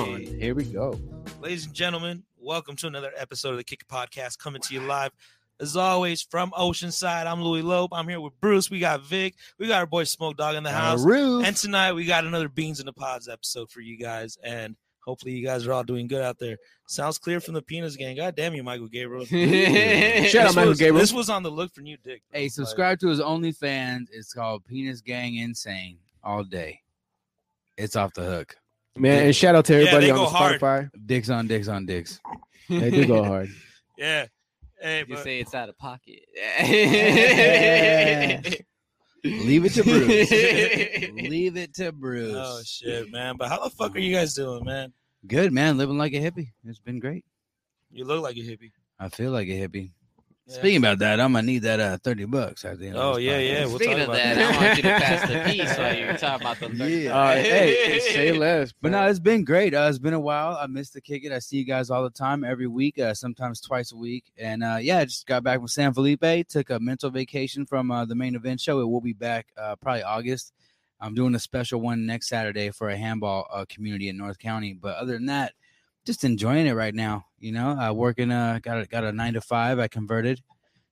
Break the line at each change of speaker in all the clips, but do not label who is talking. we go.
Ladies and gentlemen, welcome to another episode of the Kick Podcast coming to you live. As always, from Oceanside, I'm Louis Lope. I'm here with Bruce. We got Vic. We got our boy Smoke Dog in the house.
Roof.
And tonight we got another Beans in the Pods episode for you guys. And hopefully you guys are all doing good out there. Sounds clear from the penis gang. God damn you, Michael Gabriel.
Shout out,
This
Michael
was-
Gabriel.
This was on the look for new dick. bro.
Hey,
Like,
subscribe to his OnlyFans. It's called Penis Gang Insane all day. It's off the hook.
Man, and shout out to everybody
they
on
go
the
hard.
Spotify.
Dicks on dicks on dicks.
They do go hard.
yeah. Hey,
You
but
say it's out of pocket.
Leave it to Bruce.
Bruce.
Leave it to Bruce.
oh shit, man. But how the fuck are you guys doing, man?
Good man, living like a hippie. It's been great.
You look like a hippie.
I feel like a hippie.
Yeah.
Speaking about that, I'm gonna need that uh, thirty bucks at the end. of
Oh
this
yeah, yeah.
podcast.
We'll
Speaking
talk
of
about
that, I want you to pass the piece while you're talking about the third.
Yeah.
Uh, hey, say less.
But no,
man.
it's been great. Uh, it's been a while. I miss the kick it. I see you guys all the time, every week, uh, sometimes twice a week. And uh, yeah, I just got back from San Felipe, took a mental vacation from uh, the main event show. It will be back uh, probably August. I'm doing a special one next Saturday for a handball uh, community in North County. But other than that, just enjoying it right now. You know, uh, working. Uh, got a, got a nine to five. I converted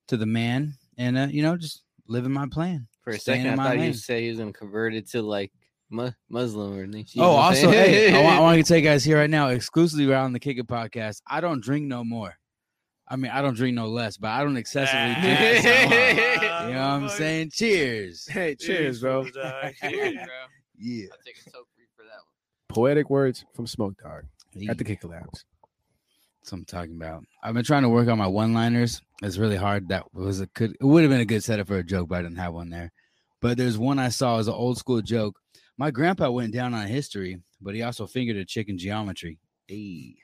to the man, and uh, you know, just living my plan.
For a
Staying
second,
in
I
my
thought
lane.
you said he was gonna convert it to like mu- Muslim or anything. You know
Oh,
what I'm
also,
saying?
hey, I want, I want to tell you guys here right now, exclusively right on the Kick It podcast. I don't drink no more. I mean, I don't drink no less, but I don't excessively drink. this no more.
Ah,
You know what I'm saying? Cheers.
hey, cheers, bro.
Cheers, bro.
Yeah.
I'll take a soap free for that one.
Poetic words from Smoke Dog at the Kick Labs.
That's what I'm talking about. I've been trying to work on my one-liners. It's really hard. That was a good. It would have been a good setup for a joke, but I didn't have one there. But there's one I saw as an old school joke. My grandpa went down on history, but he also fingered a chick in geometry. Hey.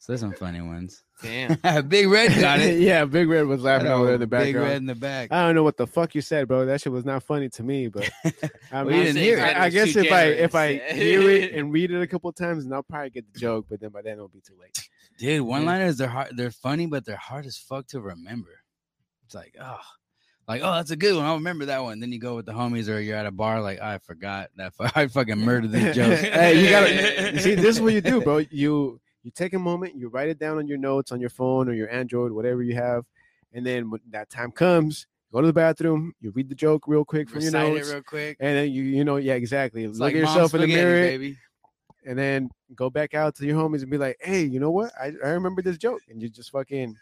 So there's some funny ones.
Damn.
Big Red got it.
yeah, Big Red was laughing over there in the
Big
background.
red in the back.
I don't know what the fuck you said, bro. That shit was not funny to me, but I,
Well, you didn't hear it.
I, I
That was
guess
too
if I if I
generous.
hear it and read it a couple times, and I'll probably get the joke, but then by then it'll be too late.
Dude, one liners they're hard, they're funny, but they're hard as fuck to remember. It's like, oh, like, oh, that's a good one. I'll remember that one. Then you go with the homies or you're at a bar, like, I forgot that fu- I fucking murdered this joke.
hey, you gotta you see. This is what you do, bro. You you take a moment, you write it down on your notes on your phone or your Android, whatever you have, and then when that time comes, go to the bathroom, you read the joke real quick from your
Recite it
notes,
real quick.
and then you you know yeah exactly.
It's
Look
like
at
mom's
yourself in the
spaghetti,
mirror,
baby.
and then go back out to your homies and be like, hey, you know what? I, I remember this joke. And you just fucking,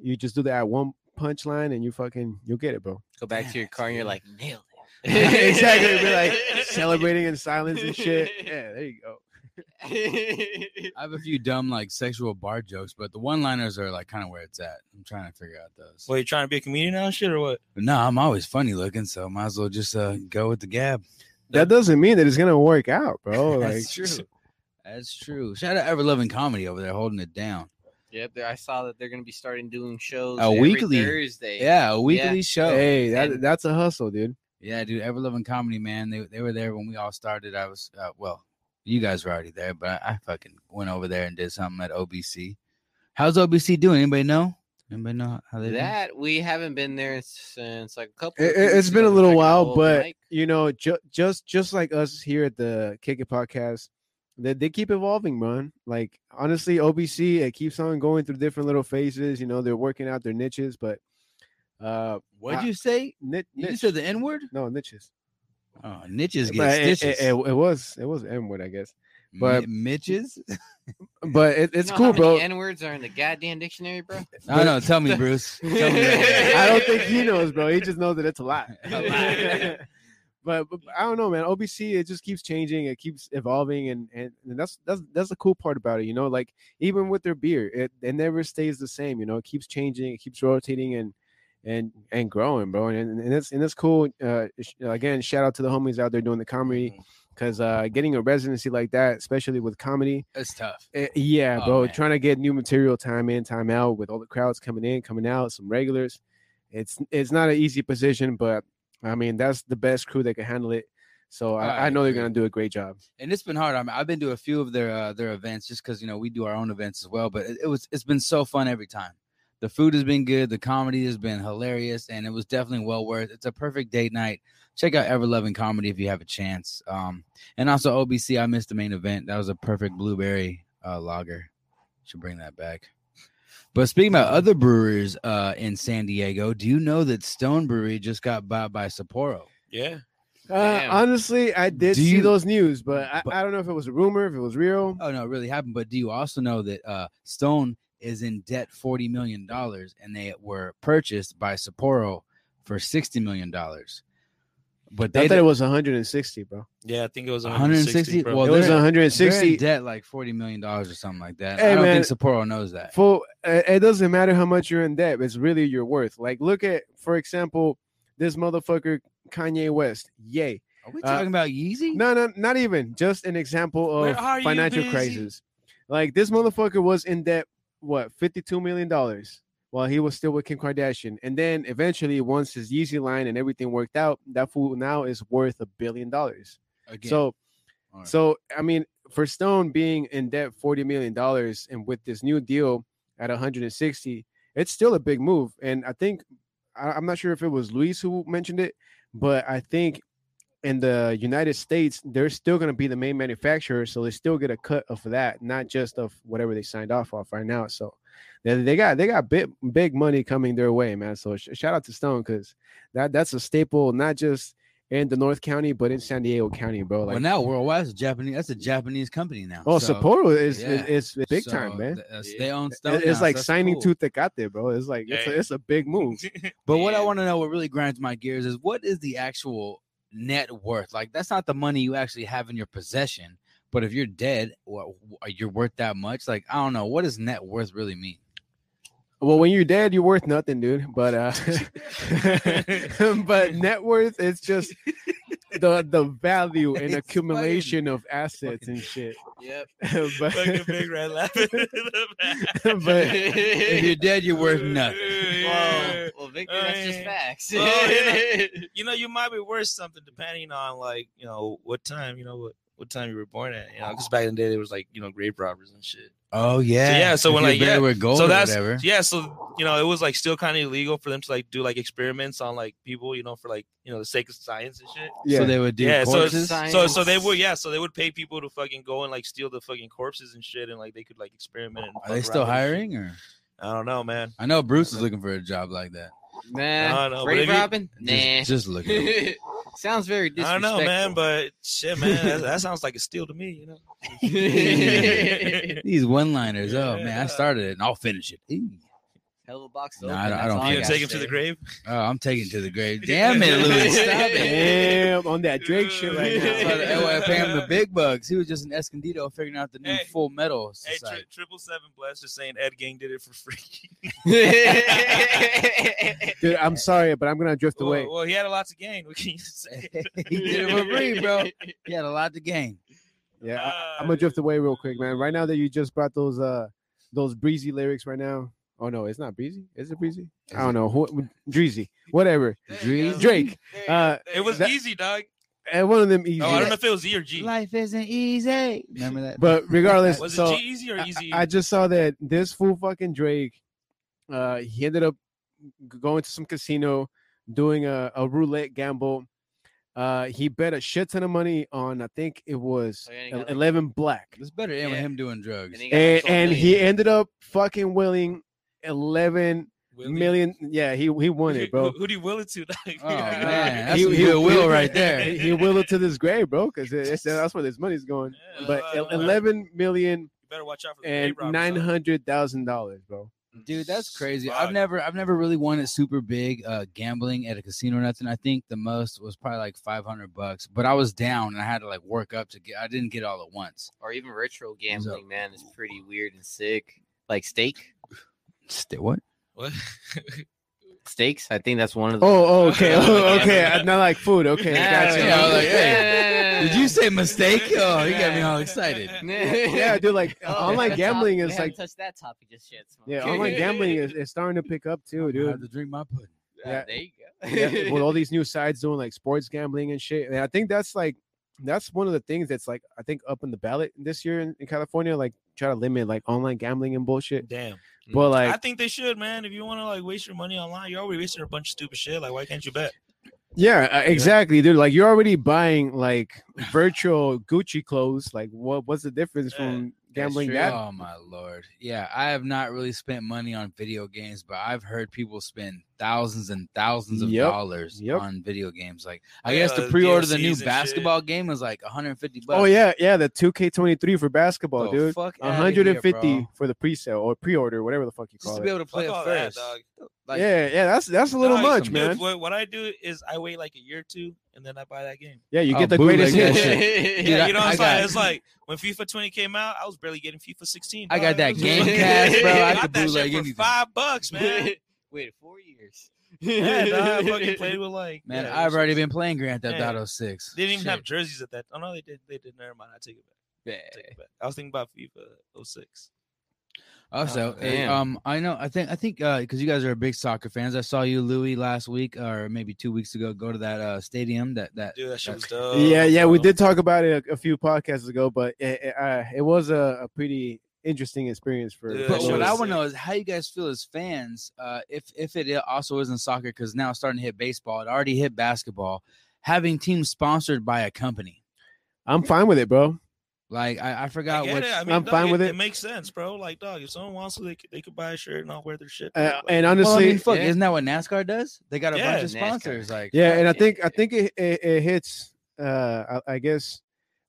you just do that one punchline and you fucking, you'll get it, bro.
Go back
Damn,
to your car and you're
dude.
like, nailed it.
exactly. Be like celebrating in silence and shit. Yeah, there you go.
I have a few dumb like sexual bar jokes, but the one liners are like kind of where it's at. I'm trying to figure out those.
Well, you trying to be a comedian now, and shit, or what?
But no, I'm always funny looking, so might as well just uh, go with the gab.
That doesn't mean that it's going to work out, bro. Like,
That's true. That's true. Shout out Ever Loving Comedy over there holding it down.
Yep, there- I saw that they're gonna be starting doing shows
A
every
weekly.
Thursday.
Yeah, a weekly show.
hey, that,
And-
that's a hustle, dude.
Yeah, dude, Ever Loving Comedy, man. They they were there when we all started. I was uh, well, you guys were already there, but I, I fucking went over there and did something at OBC. How's OBC doing? Anybody know? Anybody know how they doing?
That we haven't been there since like a couple.
It,
of
has
weeks
been a
ago,
little
like an
while,
old
but
mic.
you know, ju- just just like us here at the Kick It Podcast, they, they keep evolving, man. Like honestly, OBC it keeps on going through different little phases. You know, they're working out their niches, but uh,
What'd
I-
you say?
ni-
You
niche-
said the N word?
no niches.
Oh, niches
But
get
it,
stitches.
it- it- it was it was M word, I guess.
Mi-
but-
Mitches?
But it, it's
You know
cool,
how
bro.
N words are in the goddamn dictionary, bro.
I don't know. Tell me, Bruce. Tell me that.
I don't think he knows, bro. He just knows that it's a lot.
A
but, but I don't know, man. OBC it just keeps changing, it keeps evolving, and, and and that's that's that's the cool part about it, you know. Like even with their beer, it, it never stays the same, you know. It keeps changing, it keeps rotating, and and and growing, bro. And and it's and it's cool. Uh, sh- again, shout out to the homies out there doing the comedy. Cause uh, getting a residency like that, especially with comedy,
It's tough.
Eh, yeah,
Oh,
bro.
man.
Trying to get new material time in, time out with all the crowds coming in, coming out, some regulars. It's it's not an easy position, but I mean that's the best crew that can handle it. So I,
I
I know they're
agree.
gonna do a great job.
and it's been hard. I mean, I've been to a few of their uh, their events just because you know we do our own events as well. But it, it was it's been so fun every time. The food has been good. The comedy has been hilarious, and it was definitely well worth. It's a perfect date night. Check out Ever Loving Comedy if you have a chance. Um, and also OBC. I missed the main event. That was a perfect blueberry uh, lager. Should bring that back. But speaking about other brewers uh, in San Diego, do you know that Stone Brewery just got bought by Sapporo?
Yeah.
Uh,
Damn.
honestly, I did
Do
see
you-
those news, but I,
But-
I don't know if it was a rumor, if it was real.
Oh no, it really happened. But do you also know that uh, Stone is in debt forty million dollars, and they were purchased by Sapporo for sixty million dollars? But
I
they
thought it was 160, bro.
Yeah, I think it was 160.
160?
bro.
Well,
it was
they're- they're in
160.
debt like forty million dollars or something like that.
Hey,
I don't
man.
think Sapporo knows that.
Full. uh, It doesn't matter how much you're in debt. It's really your worth. Like, look at, for example, this motherfucker Kanye West. Yay.
Are we
uh,
talking about Yeezy?
No, no, not even. Just an example
Where
of
are you
financial
busy?
crisis. Like this motherfucker was in debt, what, fifty-two million dollars while he was still with Kim Kardashian, and then eventually, once his Yeezy line and everything worked out, that fool now is worth a billion dollars.
Again.
So,
All right.
so I mean, for Stone being in debt forty million dollars, and with this new deal at one hundred and sixty, it's still a big move. And I think I, I'm not sure if it was Luis who mentioned it, but I think in the United States they're still going to be the main manufacturer, so they still get a cut of that, not just of whatever they signed off of right now. So. They, they got they got big big money coming their way, man. So sh- shout out to Stone because that that's a staple not just in the North County but in San Diego County, bro. Like
well, now worldwide is a Japanese. That's a Japanese company now.
Oh,
So-
Sapporo is
yeah.
is, is big
so
time, man.
th- that's- they own Stone.
It-
now,
it's
so
like
that's
signing
cool.
to Tecate, bro. It's like it's, a,
Yeah.
it's a big move.
But what I
Man.
want to know, what really grinds my gears, is what is the actual net worth? Like, that's not the money you actually have in your possession. But if you're dead, what, you're worth that much. Like, I don't know. What does net worth really mean?
Well, when you're dead, you're worth nothing, dude. But uh, but net worth is just the the value and
It's
accumulation of assets
fucking-
and shit.
Yep.
but
Fucking big red laughing. in the back.
But-
If you're dead, you're worth nothing.
Yeah.
Well, well, Victor, that's just
Alright.
facts.
Oh, You know, you might be worth something depending on like you know what time you know what what time you were born at. You know, because back in the day there was like you know grave robbers and shit.
Oh yeah.
yeah, so
If
when,
you're
like,
buried
yeah,
Oh,
with gold
so
or
that's
whatever.
yeah. So you know, it was like still kind of illegal for them to like do like experiments on like people. You know, for like you know the sake of science and shit.
yeah,
So they would do
yeah, so
corpses.
it's- so so they would yeah, so they would pay people to fucking go and like steal the fucking corpses and shit, and like they could like experiment. And
Are they
fuck
still
around with it.
hiring? Or
I don't know, man.
I know Bruce is looking for a job like that.
I
Nah,
don't know, but if
Brave
you-
Robin? Nah.
Just, just looking.
Sounds very
I don't
disrespectful.
know, man, but shit, man, that, that sounds like a steal to me, you know.
These one-liners. Oh man,
Yeah.
I started it and I'll finish it. Eee.
Hell of a box. to
Nah, I
open,
don't- I
that's
don't
all
think
You gonna
I
gotta
take him to the
say.
grave?
Oh, I'm taking it to the grave. Damn it, Louis. Stop it.
Damn, on that Drake shit right
Yeah, so the
now.
LFM, the big bugs. He was just in Escondido figuring out the new
Hey.
Full Metal
Hey,
Society.
tri- triple seven blessed just saying Ed Gang did it for free.
Dude, I'm sorry, but I'm gonna drift away.
well, well, he had a lot to gain. What can you say?
he did it for free, bro. He had a lot to gain.
Yeah,
uh,
I, I'm gonna drift away real quick, man. Right now that you just brought those uh those breezy lyrics right now. Oh no, it's not breezy. Is it breezy? I don't know. Who, breezy, whatever.
Dream.
Drake. Uh,
It was
That-
easy, dog.
and one of them easy.
Oh, I don't know if it was E or G.
Life isn't easy. Remember that?
But regardless,
Was
so
it G easy or
I-
easy?
I, just saw that this fool fucking Drake, uh, he ended up g- going to some casino, doing a, a roulette gamble. Uh, he bet a shit ton of money on I think it was
So he ain't
el-
got like-
eleven black.
This better end with
Yeah.
him doing drugs.
he got like
and,
12
and he
million.
ended up fucking willing 11
Willie?
million. Yeah, he he won
Who-
it, bro.
Who, who do you will it to? dog?
Oh, man. That's
He-
some
he-
good will
he-
right there.
He willed it to this grave, bro, because that's where this money's going.
Yeah,
But
uh,
el- 11 million
You better watch out for the
and
grave robbers, dog.
nine hundred thousand dollars, bro.
Dude, that's crazy. I've
Mm, Fuck.
never I've never really won at super big uh gambling at a casino or nothing. I think the most was probably like 500 bucks, but I was down and I had to like work up to get I didn't get it all at once.
or even virtual
up?
gambling, man, is pretty weird and sick. Like stake,
St- what?
What?
stakes. I think that's one of the.
Oh, oh, okay, oh, okay. I- Not like food. Okay,
Yeah,
gotcha.
yeah, I was like,
hey,
Did you say mistake? Oh, you got me all excited.
Yeah, dude. Like
Oh,
online
that
gambling
topic-
is like,
we haven't touched that topic just yet. Smoke.
yeah, online gambling is, is starting to pick up too,
I had
dude.
to drink my pudding.
yeah.
There you go.
Yeah, with all these new sides doing like sports gambling and shit, and I think that's like that's one of the things that's like I think up in the ballot this year in, in California. Like try to limit like online gambling and bullshit.
Damn.
But like,
I think they should, man. If you want to like waste your money online, you're already wasting a bunch of stupid shit. Like, why can't you bet?
Yeah, uh, exactly, dude. Like you're already buying like virtual Gucci clothes. Like what what's the difference
Yeah,
from
that's
gambling
true.
that?
Oh my lord. Yeah, I have not really spent money on video games, but I've heard people spend thousands and thousands of
Yep,
dollars
yep.
on video games. Like I
Yeah,
guess to
the
pre-order the
DLCs
new
and shit.
basketball game was like 150 bucks.
Oh yeah, yeah, the 2K23 for basketball,
The
dude.
Oh, fuck outta here,
150
bro.
for the pre-sale or pre-order, whatever the fuck you
just
call
to
it.
be able to play
Fuck all
it first.
that, dog.
Like
yeah, yeah, that's that's a little
No,
much,
dude,
man.
What, what I do is I wait like a year or two, and then I buy that game.
Yeah, you
Oh,
get the
bootleg
greatest
that
hit.
shit.
Yeah,
Dude,
you know what I'm
I- I
saying?
got-
It's like when FIFA 20 came out, I was barely getting FIFA 16.
I got
dog.
that
It was
Game
fucking-
Pass, bro. I
got
could
that shit
bootleg
for
anything.
five bucks, man.
Wait, four years.
yeah, dog, I fucking played with like
man,
yeah, it
I've
was-
already been playing Grand Theft
Yeah.
Auto 6.
They didn't even have
Shit.
jerseys at that. Oh no, they did. They did. Never mind. I take it back. Take it back. I was thinking about FIFA 06.
Also,
Oh,
eh,
damn.
um, I know, I think, I think, uh, because you guys are big soccer fans. I saw you, Louis, last week or maybe two weeks ago. Go to that uh stadium. That that
Dude, that shit was
that-
dope.
yeah, yeah, we
bro.
did talk about it a, a few podcasts ago, but it, it, uh, it was a, a pretty interesting experience for. for
Yeah,
But
all
shit
what
of us.
I
was
want to
sick.
know is how you guys feel as fans, uh, if if it i- also isn't soccer, because now it's starting to hit baseball. It already hit basketball. Having teams sponsored by a company,
I'm fine with it, bro.
like I, I
I
forgot
get
what.
it. I mean,
I'm
dog,
fine with
It
it.
makes sense, bro. Like, dog, if someone wants to, they could, they could buy a shirt and I'll wear their shit.
Uh,
bro. Like,
and
Well, I
honestly,
mean, fuck,
yeah.
isn't that what NASCAR does? They got a
Yeah,
bunch of
NASCAR.
sponsors, like
Yeah, and I
Yeah.
think I think it it, it hits uh I, I guess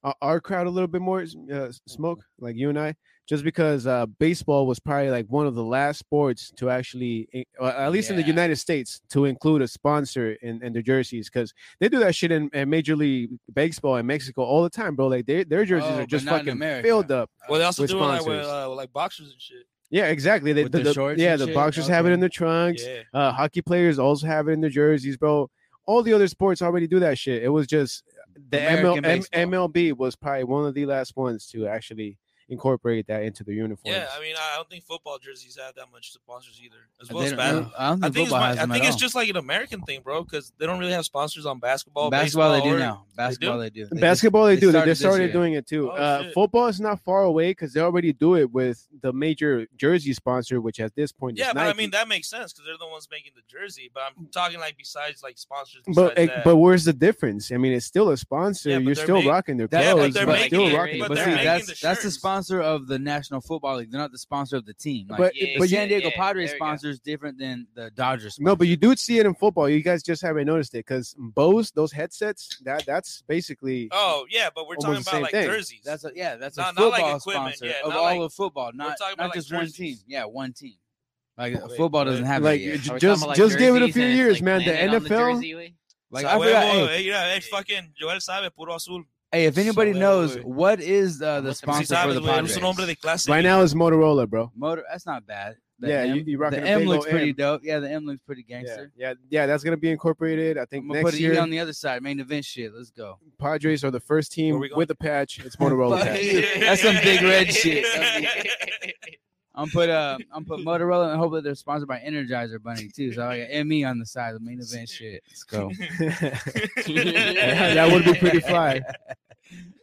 o- our crowd a little bit more uh, smoke like you and I just because uh baseball was probably like one of the last sports to actually i- well, at least in
Yeah.
the United States to include a sponsor in, in their jerseys cuz they do that shit in, in Major League Baseball in Mexico all the time bro like their their jerseys
Oh,
are
but
just
not in
fucking
America.
filled up
well, they also
with
do it like, with,
sponsors.
uh, with, like boxers and shit.
yeah exactly they,
With
the,
the
the-
shorts
yeah
and
the
shit?
boxers have it
Okay.
in their trunks
Yeah.
uh, hockey players also have it in their jerseys, bro. All the other sports already do that shit. It was just the ML,
American
M-
baseball.
MLB was probably one of the last ones to actually incorporate that into their uniforms.
Yeah, I mean, I don't think football jerseys have that much sponsors either. As well
They
as
don't- uh,
bas-
I don't
I
think
think, it's,
football
my-
has
I
them at
think it's
all.
just like an American thing, bro, because they don't really have sponsors on basketball.
basketball. They
baseball,
do
or-
now. Basketball, they do. They just-
Basketball, they,
they
do. They
started
they
this
started
year.
doing it too.
Oh,
uh,
shit.
football is not far away because they already do it with the major jersey sponsor, which at this point,
Yeah,
is
but I
Nike.
mean that makes sense because they're the ones making the jersey. But I'm talking like besides like sponsors.
But
besides
eh,
that.
but where's the difference? I mean, it's still a sponsor.
Yeah, but
You're
they're
still
ma-
rocking their
Yeah,
clothes.
but
they're
but
making
still
it-
rocking.
but
But
their
they're
see,
clothes.
making
that's
the
that's the
shirts.
sponsor of the National Football League. They're not the sponsor of the team. Like,
But-
the
but
San
you-
Diego
yeah,
Padres
there we go.
sponsor is different than the Dodgers.
No, but
sponsor.
you do see it in football. You guys just haven't noticed it because Bose, those headsets, that that's basically
oh yeah, but we're talking
Almost the
about
same
like
thing.
jerseys.
that's a, yeah, that's a
Not- not like
football
equipment,
sponsor
yeah,
of
not
all
like-
of football, not
talking about
not
like
just one
jerseys.
team. Yeah, one team. Like
Wait,
football doesn't have
like
it yet.
j-
Are we talking
just
about, like,
just give it a
jerseys
few
and it's,
years,
like,
man. The
landed on
NFL,
jersey, wey?
Like
So,
I
wait,
forgot.
wait,
Hey,
wait, you know, hey, fucking Joel sabe puro azul.
hey, if anybody
wait,
knows
wait.
what is uh,
What's
the
the-
Si
sponsor for
sabes,
the
güey, es un hombre
Padres?
de clase.
right now is Motorola, bro.
Motor. That's not bad. The
Yeah,
M-
you- you rocking
the
a
M
big
looks
ol'
pretty
M.
dope. Yeah, the M looks pretty
Yeah,
gangster.
yeah, yeah. That's gonna be incorporated. I think
I'm gonna put
E
next
it
year,
on the other side. Main event shit. Let's go.
Padres are the first
Where
team
we going?
with a patch. It's Motorola.
Fuck
patch.
you. That's some big red shit. I'm put uh I'm put Motorola and hope that they're sponsored by Energizer Bunny too. So I got ME on the side of the main event shit. Let's go.
Yeah, that would be pretty fly.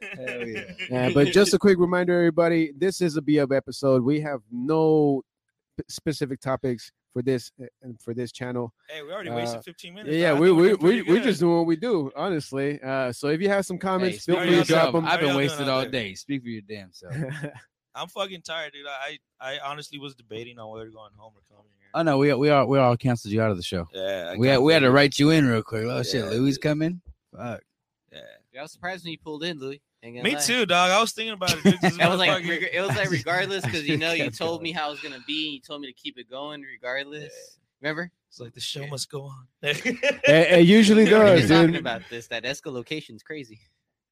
Hell yeah.
Yeah, but just a quick reminder, everybody. This is a B up episode. We have no p- specific topics for this uh, for this channel.
Hey, we already
Uh,
wasted 15 minutes.
Yeah, yeah,
I
we
think
we
doing
we
pretty
we're
good.
just doing what we do, honestly. Uh, so if you have some
Hey,
comments,
speak
feel
for
free to
yourself.
drop
yourself.
them.
I've
How
been
y'all
wasted
doing out
all
there?
day. Speak for your damn self.
I'm fucking tired, dude. I I honestly was debating on whether going home or coming here.
Oh no, we we are we all canceled you out of the show.
yeah, I
We had, we had to
kinda-
write you in real quick. Oh shit,
Yeah,
Louis
dude.
coming. Fuck.
Yeah.
I was surprised when you pulled in, Louis. Ain't gonna
Me
lie.
too, dog. I was thinking about it. Dude, 'cause this
It was like
motherfucker-
reg- it was like regardless because you know you
Can't
told
do
me
it.
how it was gonna be. You told me to keep it going regardless. Remember?
It's like the show
Yeah.
must go on.
It, it usually
We were
does,
just talking
dude.
about this. That Esco location's crazy.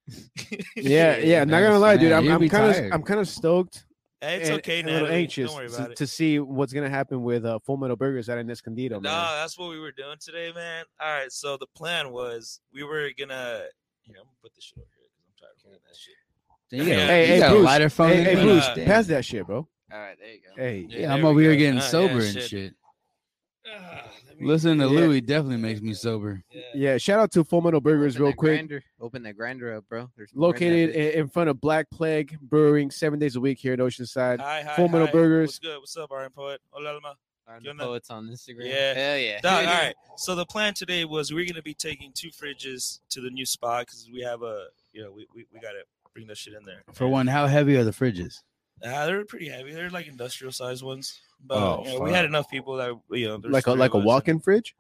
Yeah, yeah. I'm not gonna lie, dude.
Man,
I'm,
you'll
I'm
be
kind
tired.
of I'm kind of stoked.
Hey, it's
and-
okay
and a
now.
little
dude.
anxious
Don't worry
to-
about
to,
it.
see what's gonna happen with uh, Full Metal Burgers out in Escondido, man.
Nah, that's what we were doing today, man. All right, so the plan was we were gonna. Here, I'm gonna put this shit over here because I'm tired of hearing that shit.
Damn, you got,
Yeah.
a-
Hey,
you
hey,
got a
Bruce.
lighter phone.
hey,
in
hey,
your
Bruce,
mouth?
Pass that shit, bro.
All right, there you go.
Hey,
Yeah,
Yeah, I'm
there we
over here
go.
getting
Oh, yeah,
sober and
shit.
shit.
Ah, let me-
Listening to
Yeah.
Louis definitely makes me sober.
Yeah.
Yeah, shout out to Full Metal Burgers real quick.
Open that grinder up, bro. There's more in that
Located
bitch.
in, in front of Black Plague Brewing, seven days a week here in Oceanside.
Hi, hi,
Full Metal
hi.
Burgers.
What's good? What's up, RM Poet? Hola, Lama.
Are
you're
the
not-
poets on Instagram.
Yeah.
Hell yeah.
Doc, all right. So the plan today was we're gonna be taking two fridges to the new spot because we have a you know we, we, we gotta bring that shit in there.
For one, how heavy are the fridges?
Uh, they're pretty heavy. They're like industrial sized ones. But
Oh,
you know, we had
fuck.
enough people that you know there's
Like a
three
like a
of us.
walk-in fridge.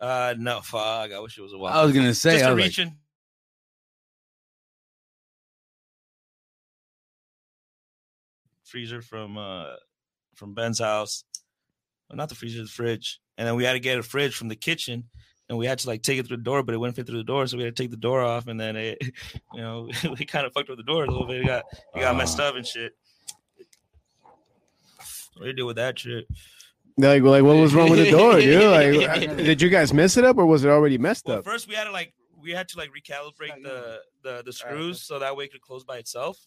Uh no, fuck. I wish it was a walk.
I was gonna say,
Just
I
a
was like,
reach in. Freezer from uh from Ben's house. Well, not the freezer, the fridge. And then we had to get a fridge from the kitchen and we had to like take it through the door, but it wouldn't fit through the door, so we had to take the door off and then it you know, we kind of fucked with the door a little bit. It got it got messed up and shit. What do you do with that shit?
Like like what was wrong with the door, dude? Like uh, did you guys mess it up or was it already messed
Well,
up?
first we had to like we had to like recalibrate the the, the screws so that way it could close by itself.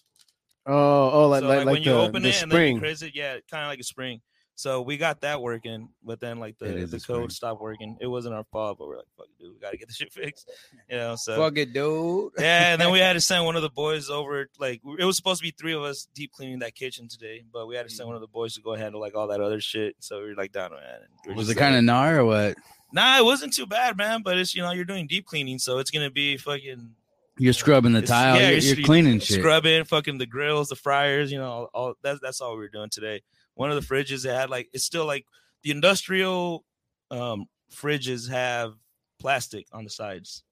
Oh oh like
so
like,
like,
like
when you
the,
open
the
it and then you
spring.
craze it, yeah, kind of like a spring. So we got that working, but then like
It
the,
is
the
a spring.
code stopped working. It wasn't our fault, but we're like, fuck, dude, we gotta get this shit fixed. You know, so
fuck it, dude.
yeah, and then we had to send one of the boys over. Like it was supposed to be three of us deep cleaning that kitchen today, but we had to send one of the boys to go handle like all that other shit. So we were like down on that. and we were
Was it
just
kind
like-
of gnar or what?
nah? It wasn't too bad, man. But it's you know you're doing deep cleaning, so it's gonna be fucking
You're scrubbing the
It's-
tile.
yeah,
you're,
you're
you're cleaning shit.
scrubbing, fucking the grills, the fryers, you know, all, all that's that's all we were doing today. One of the fridges that had like it's still like the industrial um fridges have plastic on the sides.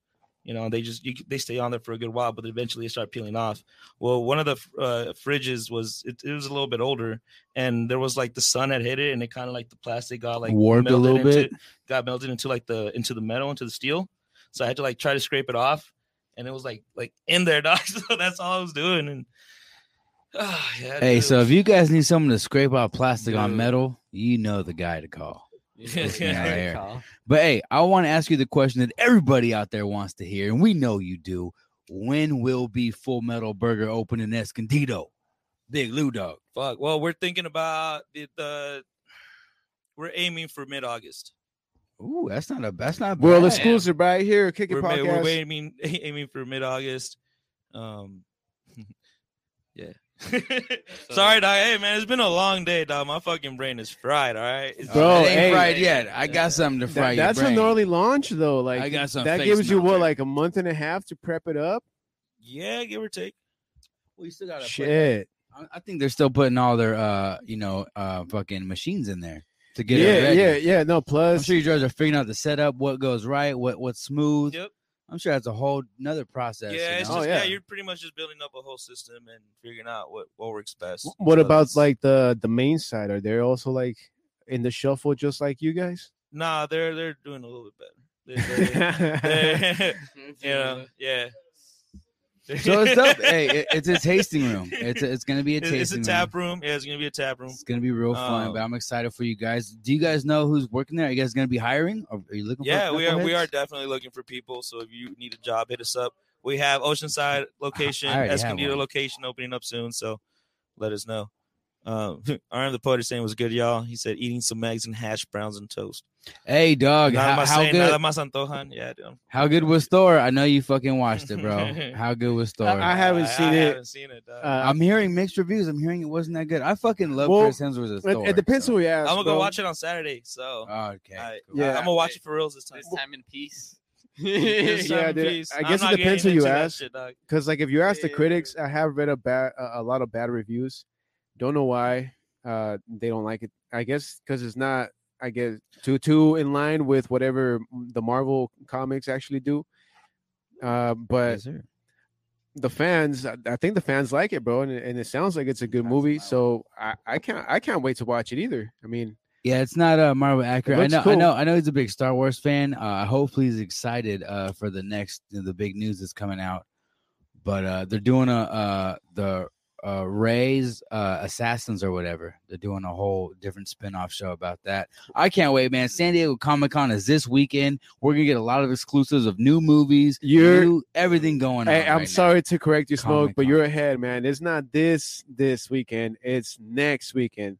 You know, they just you, they stay on there for a good while, but eventually they start peeling off. Well, one of the uh, fridges was it, it was a little bit older, and there was like the sun had hit it, and it kind of like the plastic got like
Warped a
melted
little
into-
bit.
got melted into like the into the metal into the steel. So I had to like try to scrape it off, and it was like like in there, dog. So that's all I was doing. And ah, yeah,
Hey,
dude.
so if you guys need someone to scrape off plastic on
Dude.
metal, you know the guy to call.
Yeah,
yeah,
yeah. But hey, I want to ask you the question that everybody out there wants to hear, and we know you do. When will be Full Metal Burger open in Escondido? Big Lou Dog.
fuck. Well, we're thinking about the, the we're aiming for mid August.
Ooh, that's not a that's not
World
bad.
exclusive right here, kicking
We're, ma-
podcast.
we're aiming aiming for mid August. Um, yeah. Sorry, dog. Hey, man, it's been a long day, dog. My fucking brain is fried. All right, It's-
Bro,
it ain't
hey.
fried yet. I got something to
That-
fry. your
that's a
brain.
gnarly launch though. Like
I got some
that
face
gives you what
melter.
like a month and a half to prep it up.
Yeah, give or take.
Well, you still gotta put-
Shit.
I- I think they're still putting all their uh, you know, uh, fucking machines in there to get it
Yeah,
ready.
yeah, yeah. No,
I'm
plus
sure you guys are figuring out the setup, what goes right, what what's smooth.
Yep.
I'm sure that's a whole another process.
Yeah,
you
it's
know?
Oh,
just,
yeah.
yeah. you're pretty much just building up a whole system and figuring out what, what works best.
What
So
about
it's-
like the the main side? Are they also like in the shuffle, just like you guys?
Nah, they're they're doing a little bit better. They- they- they- you know, yeah.
so it's up. hey, it- it's a tasting room. It's a, it's gonna be a
It's,
tasting
it's a tap room. Yeah, it's gonna be a tap
room.
room.
It's gonna be real fun, but
Um,
I'm excited for you guys. Do you guys know who's working there? Are you guys gonna be hiring? Or are you looking?
Yeah,
for
we are we are
knuckleheads?
definitely looking for people. So if you need a job, hit us up. We have Oceanside location,
already have
Escondido
one.
location opening up soon. So let us know. Um, RM the poet is saying was good, y'all. He said eating some eggs and hash browns and toast.
Hey, dog.
Nada
How,
más
how
saying, nada
good?
más antojan. Yeah, dude.
How good was Thor? I know you fucking watched it, bro. how good was Thor?
I
I,
haven't seen it.
haven't seen it. dog.
Uh,
am hearing mixed reviews. I'm hearing it wasn't that good. I fucking love
Well,
Chris Hemsworth as
it,
Thor.
it depends who we ask.
I'm gonna go
bro.
watch it on Saturday. So
Oh, okay.
I-
cool.
Yeah.
I'm gonna watch it for reals this time.
This time in peace.
This time
Yeah,
in
dude,
peace.
I
I'm
guess it
not getting
depends who you
into that
ask.
shit, dog.
Because like if you ask the
Yeah.
critics, I have read a bad a, a lot of bad reviews. Don't know why uh they don't like it. I guess because it's not. I guess too too in line with whatever the Marvel comics actually do. Uh, but
Yes, sir.
the fans, I I think the fans like it, bro, and, it- and it sounds like it's a good
That's
movie.
wild.
So I, I can't I can't wait to watch it either. I mean,
Yeah, it's not uh, Marvel accurate. I
looks
know, I
cool.
know, I know. He's a big Star Wars fan. Uh, hopefully, he's excited uh, for the next the big news that's coming out. But uh, they're doing a uh, the uh, Ray's uh, Assassins or whatever. They're doing a whole different spin-off show about that. I can't wait, man. San Diego Comic Con is this weekend. We're gonna get a lot of exclusives of new movies,
You're-
new everything going on.
Hey, I'm
right now.
sorry to correct you, Smoke, but
Comic-Con.
you're ahead, man. It's not this this weekend. It's next weekend.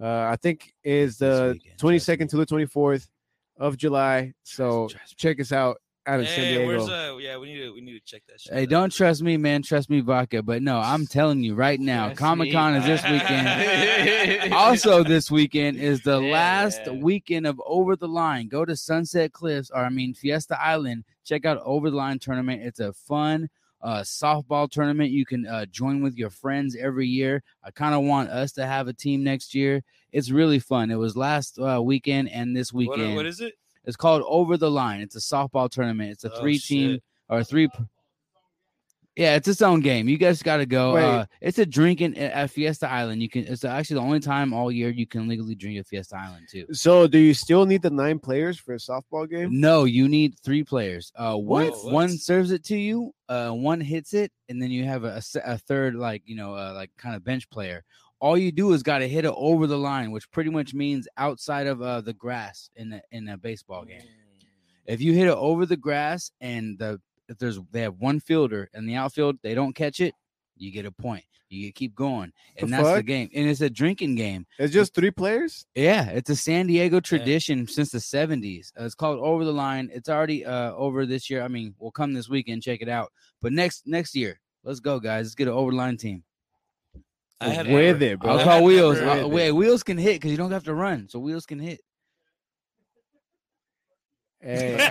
Uh, I think is
This
the
weekend,
twenty second
trust
to the twenty fourth of July. So
trust me.
check us out out of San
Hey,
Diego.
where's uh? Yeah, we need to we need to check that. Shit
Hey,
out.
don't trust me, man. Trust me, vodka. But no, I'm telling you right now,
Trust
Comic Con
me,
is this weekend.
vodka.
also, this weekend is the
Yeah.
last weekend of Over the Line. Go to Sunset Cliffs, or I mean Fiesta Island. Check out Over the Line tournament. It's a fun uh, softball tournament. You can uh, join with your friends every year. I kind of want us to have a team next year. It's really fun. It was last uh, weekend and this
What-
weekend.
what is it?
It's called Over the Line. It's a softball tournament. It's a
Oh,
3 team
shit.
or three. Yeah, it's its own game. You guys got to go.
Wait.
Uh, it's a drinking at at Fiesta Island. You can. It's actually the only time all year you can legally drink at Fiesta Island too.
So do you still need the nine players for a softball game?
No, you need three players. Uh, one
What?
one serves it to you. Uh, one hits it, and then you have a, a se- a third, like you know, uh, like kind of bench player. All you do is got to hit it over the line, which pretty much means outside of uh, the grass in a, in a baseball game. If you hit it over the grass and the if there's they have one fielder in the outfield, they don't catch it, you get a point. You keep going, and that's the
fuck?
game. And it's a drinking game.
It's just three players.
Yeah, it's a San Diego tradition since the '70s. Uh, it's called Over the Line. It's already uh, over this year. I mean, we'll come this weekend, check it out. But next next year, let's go, guys. Let's get an Over the Line team.
I had
with
never-
it, bro.
I'll
I
call
had
Wheels.
never-
Uh, wait, Wheels can hit because you don't have to run, so Wheels can hit.
Hey, I,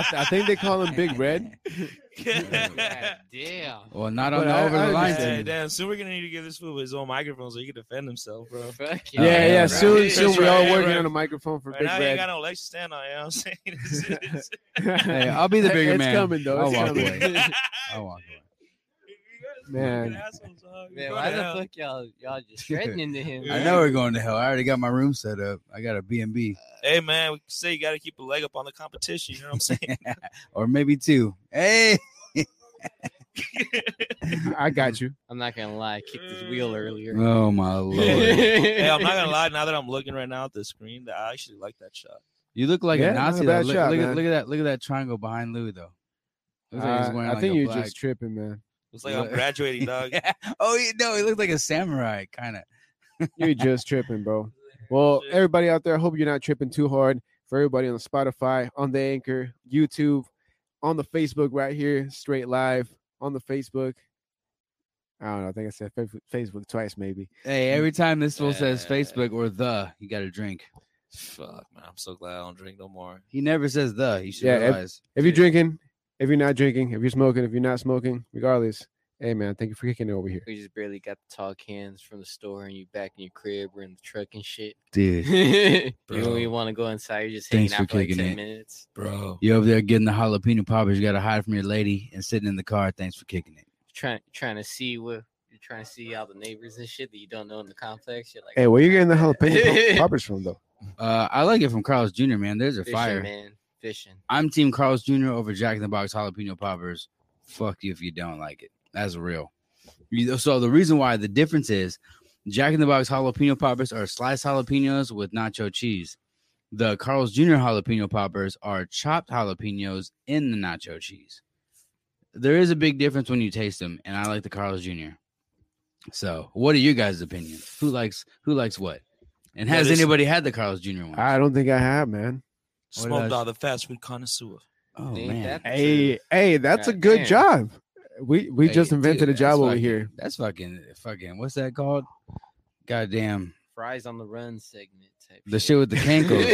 I, I, I think they call him Big Red.
God damn.
Well, not
But
on the
I-
Over
I
the Line
understand.
Yeah,
team.
damn, soon we're gonna need to give this fool his own microphone so he can defend himself, bro.
Fuck
Yeah,
Oh,
yeah.
yeah,
Soon,
right.
soon we're
Right,
all
right,
working
right.
on a microphone for
Right
Big
now you ain't
Red.
got no legs to stand on, you know what I'm saying? It's- it's-
Hey, I'll be the
It-
bigger
it's
man.
coming though.
I'll
It's
walk
coming.
away. I walk away.
Man.
Man, why the fuck y'all y'all just threatening to him?
I know we're going to hell. I already got my room set up. I got a B and B,
Hey man, we say you gotta keep a leg up on the competition, you know what I'm saying?
or maybe two. Hey,
I got you.
I'm not gonna lie, I kicked his wheel earlier.
oh my lord!
hey, I'm
I'm
not gonna lie, now that I'm looking right now at the screen, that I actually like that shot.
You look like
Yeah,
a
not a bad
Nazi. though. look,
shot,
look at,
man.
look at that! Look at that triangle behind Louis though. Looks like he's
Uh,
wearing,
I
like,
think
a
you're
black-
just tripping, man.
It's like I'm graduating, dog.
Yeah. Oh he- no, he looked like a samurai kind of.
You're just tripping, bro. Well,
Shit.
everybody out there, I hope you're not tripping too hard. For everybody on the Spotify, on the Anchor, YouTube, on the Facebook, right here, straight live on the Facebook. I don't know. I think I said fa- Facebook twice, maybe.
Hey, every time this fool says
Yeah.
Facebook or the, you got to drink.
Fuck man, I'm so glad I don't drink no more.
He never says the. You should
Yeah, ev-
realize.
If you're
Yeah.
drinking, if you're not drinking, if you're smoking, if you're not smoking, regardless, hey man, thank you for kicking it over here.
We just barely got the tall cans from the store, and you back in your crib or in the truck and shit.
Dude,
you
Bro.
don't even want to go inside. You're just
Thanks
hanging
for
out for like
kicking
ten
it.
minutes.
Bro.
you over there getting the jalapeno poppers? You got to hide from your lady and sitting in the car. Thanks for kicking it.
Trying trying to see what you're trying to see all the neighbors and shit that you don't know in the complex. You're like,
Hey, where you getting the jalapeno pop- poppers from though?
Uh, I like it from Carl's Jr. Man, there's a
fishing,
fire.
man, fishing.
I'm Team Carl's Jr. over Jack in the Box jalapeno poppers. Fuck you if you don't like it. That's real. You- So the reason why the difference is Jack in the Box jalapeno poppers are sliced jalapenos with nacho cheese. The Carl's Jr. jalapeno poppers are chopped jalapenos in the nacho cheese. There is a big difference when you taste them, and I like the Carl's Jr. So, what are you guys' opinions? Who likes who likes what? And
Yeah,
has
this-
anybody had the Carl's Jr. one?
I don't think I have, man.
What
Smoke
does-
dog, the fast food connoisseur.
oh
Ain't
man,
that the
Hey,
truth?
hey, that's a
God
good
damn.
job. We we just
Hey,
invented
dude,
a job
that's
over
fucking-
here.
That's fucking fucking what's that called? Goddamn
fries on the run segment type.
the shit with the cankles.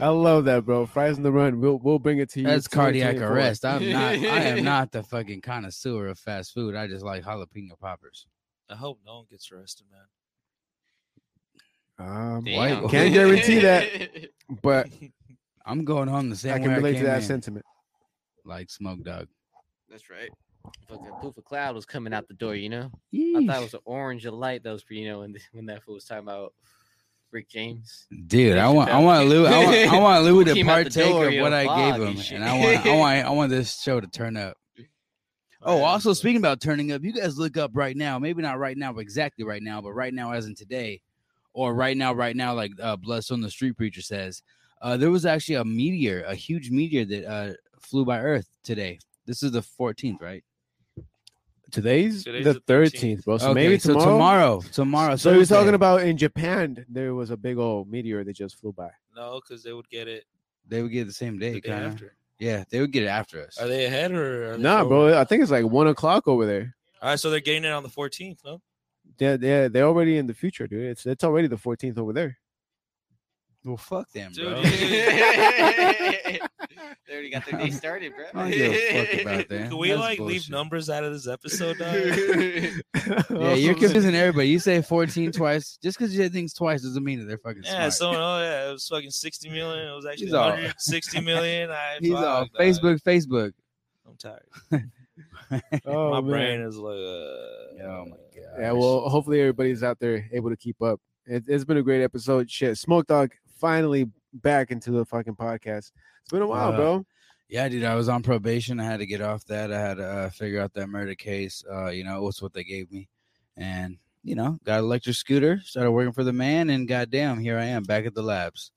I love that, bro. Fries on the run. We'll we'll bring it to you.
That's
in
cardiac
2024.
arrest. I'm not I am not the fucking connoisseur of fast food. I just like jalapeno poppers.
I hope no one gets arrested, man.
Um,
Damn.
why- Can't guarantee that, but
I'm going home the same
I can
way I
relate
came
to that
in,
sentiment.
like smoke dog.
That's right. Fucking poof of cloud was coming out the door, you know. I thought it was an orange of light that was, you know, when when that fool was talking about Rick James.
Dude, I
Shit,
want I
that-
want Lou I want, I want Lou to
Came out the
partake
door,
of
yo,
what I
fog
gave
and
him,
shit.
and I want I want I want this show to turn up. Oh, also speaking about turning up, you guys look up right now. Maybe not right now, exactly right now, but right now, as in today, or right now, right now, like uh, Bloodstone the Street Preacher says, uh, there was actually a meteor, a huge meteor that uh, flew by Earth today. This is the 14th, right?
Today's,
Today's
the
the
13th,
13th.
bro. So
Okay,
maybe
so
tomorrow.
tomorrow, tomorrow.
So he's talking
Thursday,
about in Japan, there was a big old meteor that just flew by.
No, because they would get it
they would get it the same
the
day,
day
kind of.
after.
Yeah, they would get it after us.
Are they ahead or? Are they
Nah,
forward?
bro. I think it's like one o'clock over there.
All right, so they're getting it on the 14th. No,
Yeah, yeah, they're already in the future, dude. It's it's already the 14th over there.
Well, fuck them,
Dude,
bro.
you-
they already got their day started, bro.
I don't give a fuck about that.
can we
That's
like leave
bullshit.
numbers out of this episode? dog?
Dude,
Yeah, you're confusing everybody. You say 14 twice. Just because you say things twice doesn't mean that they're fucking
yeah,
smart.
so oh, yeah, it was fucking 60 million. It was actually
He's all-
160 million. I,
He's
fuck,
off
dog.
Facebook, Facebook.
I'm tired.
Oh,
My
man.
brain is like, uh,
Oh my god.
Yeah, well, hopefully everybody's out there able to keep up. It, it's been a great episode. Shit, Smoke Dog finally back into the fucking podcast. It's been a while,
Uh,
bro.
Yeah, dude, I was on probation. I had to get off that. I had to uh, figure out that murder case. Uh, you know, it was what they gave me, and you know, got an electric scooter. Started working for the man, and goddamn, here I am back at the labs,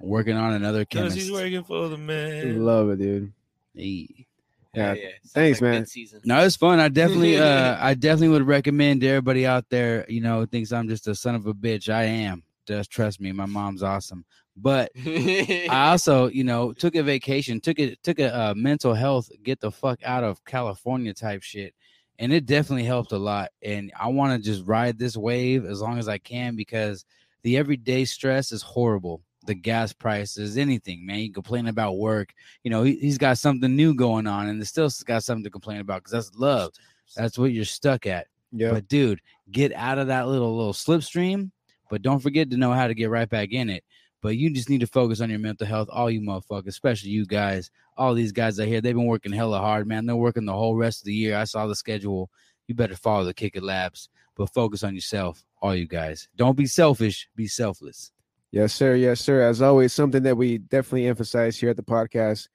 working on another
because
chemist.
he's working for the man.
Love it, dude.
Hey.
Yeah.
sounds
thanks,
like
man.
Good season.
No, it's fun. I definitely, uh, I definitely would recommend to everybody out there. You know, thinks I'm just a son of a bitch. I am. Just trust me. My mom's awesome, but I also, you know, took a vacation, took it, took a uh, mental health, get the fuck out of California type shit, and it definitely helped a lot. And I want to just ride this wave as long as I can because the everyday stress is horrible. The gas prices, anything, man. You complain about work, you know, he, he's got something new going on, and still got something to complain about because that's love. That's what you're stuck at.
Yeah.
But dude, get out of that little little slipstream, but don't forget to know how to get right back in it. But you just need to focus on your mental health, all you motherfuckers, especially you guys. All these guys out here, they've been working hella hard, man. They're working the whole rest of the year. I saw the schedule. You better follow the kick it labs, but focus on yourself, all you guys. Don't be selfish, be selfless.
Yes, sir. Yes, sir. As always, something that we definitely emphasize here at the podcast,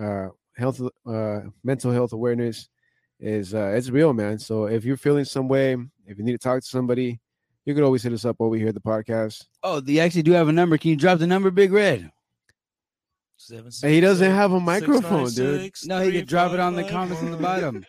uh, health, uh, mental health awareness is uh, it's real, man. So if you're feeling some way, if you need to talk to somebody, you could always hit us up over here at the podcast.
Oh, they actually do have a number. Can you drop the number, Big Red?
Seven, six,
And he doesn't have a
six,
microphone,
nine,
dude.
six,
No, he
three,
could drop
five,
it on the
five,
comments at the
one.
bottom.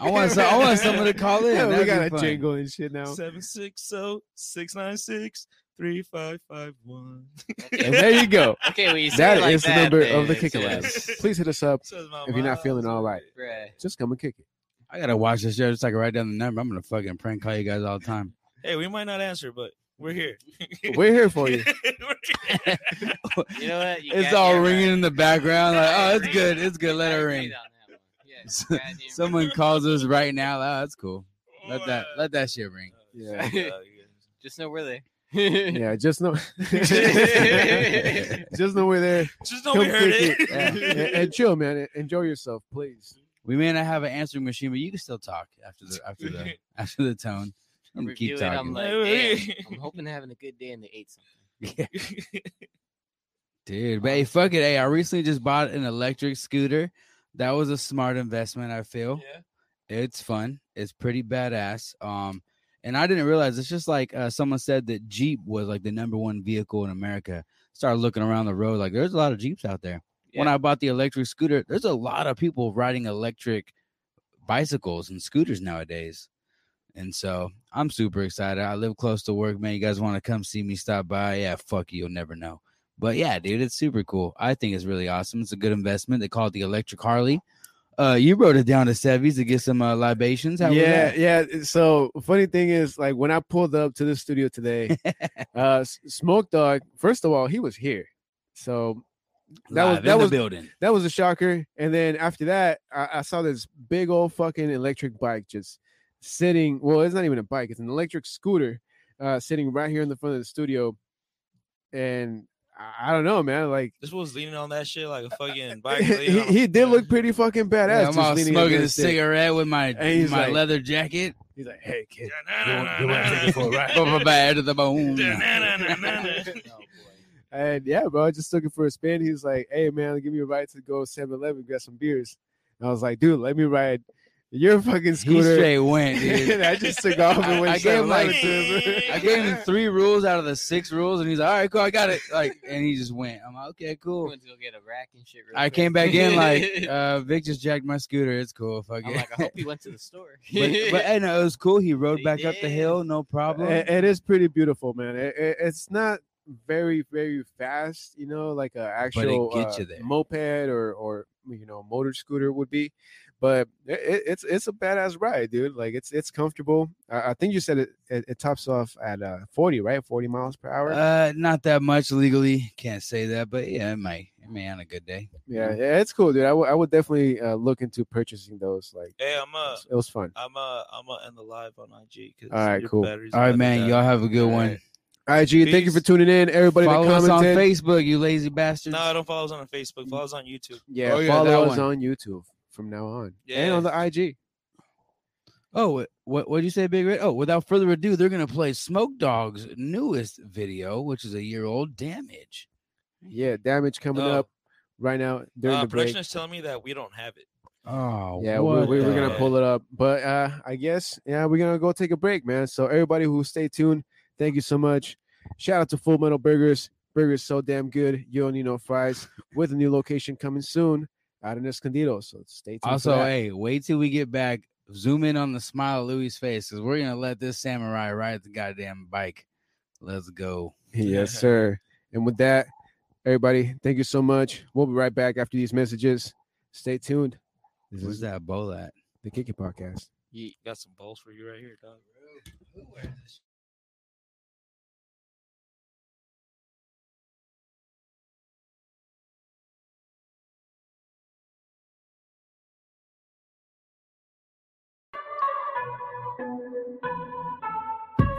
I want, so, I want someone to call in.
Yeah, we
That'd be
got a
fun.
jingle and shit now.
Seven six oh six nine six three five five one.
And there you go.
okay, well, you say
That
it
is
like
the number of the
then,
Kicker
yes.
Labs. Please hit us up.
Says my
If you're not feeling all right,
Bruh.
just come and kick it.
I gotta watch this show just so I can write down the number. I'm gonna fucking prank call you guys all the time.
Hey, we might not answer, but we're here.
We're here for you.
We're here.
You know what? You
It's
goddamn
all
right.
ringing in the background. Like, oh, it's
Ring.
good. It's good. Let it
Gotta
ring.
get on that one. Yeah, goddamn right.
Someone calls us right now. Oh, that's cool. Let that
What? Oh,
let that shit ring.
Yeah.
Yeah.
Just know we're there.
Yeah, just know.
Yeah.
just know we're there.
Just know we
Come
heard
kick
it.
Yeah. and, and chill, man. En- Enjoy yourself, please.
We may not have an answering machine, but you can still talk after the after the after the tone.
I
You can
review
keep
it. I'm
talking.
like,
Wait,
damn,
wait.
I'm hoping to having a good day, and they ate something.
Dude, but hey, fuck it. Hey, I recently just bought an electric scooter. That was a smart investment, I feel. It's fun. It's pretty badass. Um, and I didn't realize it's just like uh, someone said that Jeep was like the number one vehicle in America. Started looking around the road, like there's a lot of Jeeps out there. When
Yeah.
I bought the electric scooter, there's a lot of people riding electric bicycles and scooters nowadays. And so I'm super excited. I live close to work, man. You guys want to come see me stop by? Yeah, fuck you. You'll never know. But yeah, dude, it's super cool. I think it's really awesome. It's a good investment. They call it the electric Harley. Uh, you wrote it down to Sevies to get some uh, libations. How was
yeah,
that?
yeah. So funny thing is, like when I pulled up to the studio today, uh, S- Smoke Dog. First of all, he was here, so that
Live
was
in
that
the
was
building.
that was a shocker. And then after that, I, I saw this big old fucking electric bike just sitting. Well, it's not even a bike; it's an electric scooter uh, sitting right here in the front of the studio. And I, I don't know, man. Like
This was leaning on that shit like a fucking bike.
he, he did look pretty fucking badass.
Yeah, I'm
just
all
leaning
smoking a
against it.
cigarette with my
And he's
my
like-
leather jacket.
He's like, "Hey kid,
Bump a bad to the bone.
Oh, And yeah, bro, I just took it for a spin. He was like, hey, man, give me a ride to go 7 Eleven, get some beers. And I was like, dude, let me ride, Your fucking
He
scooter.
straight went, dude.
And I just took off
I-
and went
I gave him, like,
straight
I gave him three rules out of the six rules, and he's like, "All right, cool, I got it." Like, and he just went. I'm like, "Okay, cool."
Went to go get a rack and shit. real
I
quick.
came back in like, uh, "Vic just jacked my scooter. It's cool. Fuck
I'm
it."
like, I hope he went to the store.
but, but hey, no, it was cool. He rode
He
back up the
did.
hill, no problem.
It- it is pretty beautiful, man. It, it- it's not very very fast, you know, like a actual
gets
uh,
you there.
moped or or you know motor scooter would be. But it, it- it's it's a badass ride, dude. Like it's it's comfortable. I, I think you said it, it it tops off at uh 40, right? 40 miles per hour.
Uh, not that much legally. Can't say that, but yeah, it might. It may on a good day.
yeah, yeah, it's cool, dude. I would I would definitely uh, look into purchasing those. Like
Hey, I'm
it
uh,
was- it was fun.
I'm uh, I'm uh, end the live on IG. Cause
All right,
your
cool.
battery's
All right,
about to
man.
die.
Y'all have a good
All
one.
right. IG, thank you for
Peace.
tuning in. Everybody
Follow
that
us on
commented.
Facebook, you lazy bastards.
No, don't follow us on Facebook. Follow us on YouTube.
Yeah,
Oh, yeah,
follow
that
us
one.
on YouTube from now on. And
Yeah.
on the IG.
Oh, what what what'd you say, Big Red? Oh, without further ado, they're gonna play Smoke Dog's newest video, which is a year old. Damage.
Yeah, damage coming
Oh.
up right now during
Uh,
the break.
production is telling me that we don't have it.
Oh,
Yeah, we, we,
the
we're gonna
heck?
pull it up, but uh, I guess yeah, we're gonna go take a break, man. So everybody who stay tuned, thank you so much. Shout out to Full Metal Burgers. Burgers so damn good. You don't need no fries. With a new location coming soon out in Escondido, so stay tuned. for
Also,
that.
hey, wait till we get back. Zoom in on the smile of Louis' face because we're gonna let this samurai ride the goddamn bike. Let's go.
yes, sir. And with that, everybody, thank you so much. We'll be right back after these messages. Stay tuned. This
Where's
is
that bowl at?
the Kiki Podcast.
You got some balls for you right here, dog.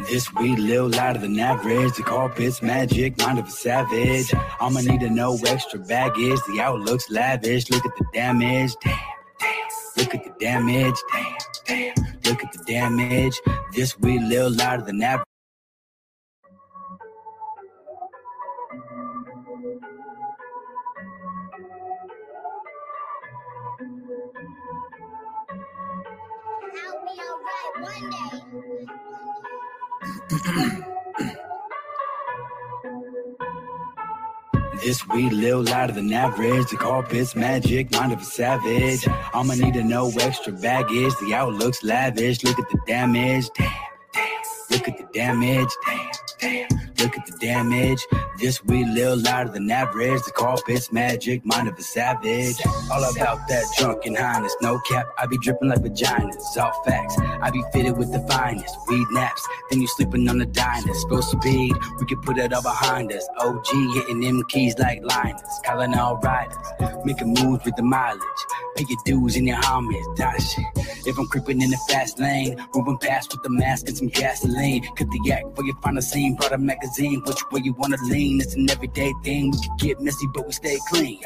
This weed little lighter than average. The carpet's magic, mind of a savage. I'ma need to know extra baggage. The outlook's lavish. Look at the damage. Damn, damn. Look at the damage. Damn, damn. Look at the damage. This weed little lighter than average.
I'll be alright one day.
This weed little lighter than average. The carpet's magic, mind of a savage. I'ma need to know extra baggage. The outlook's lavish. Look at the damage. Damn, damn. Look at the damage. Damn, damn. Look at the damage. This weed little lighter than average. The carpet's magic, mind of a savage. All about that drunken highness. No cap, I be dripping like vaginas. All facts. I be fitted with the finest. Weed naps. Then you sleeping on the diner. Spill speed. We can put it all behind us. OG hitting them keys like Linus. Calling all riders. Making moves with the mileage. Pay your dues and your homage. That shit. If I'm creeping in the fast lane, moving past with the mask and some gasoline. Cut the act where you find a scene. Brought a magazine. Which way you wanna lean? It's an everyday thing. We could get messy, but we stay clean.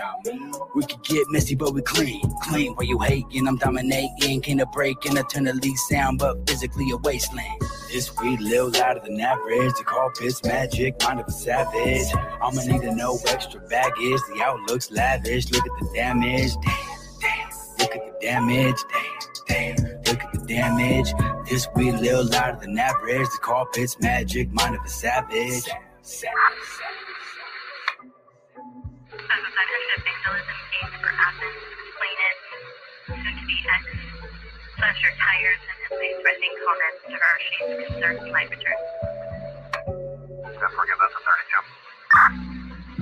We could get messy, but we clean. Clean where you hating. I'm dominating. Can't a break and eternally sound, but physically a wasteland. This weed little lighter than average. The carpet's magic, mind of a savage. I'ma need to know extra baggage. The outlook's lavish. Look at the damage. Damn, damn. Look at the damage. Damn, damn. Look at the damage. This weed little lighter than average. The carpet's magic, mind of a savage.
I'm a pleasure ship being delivered aimed for Athens, completed, soon to be X. Pleasure tires and has made pressing comments to our ship's concerned flight return. Forgive us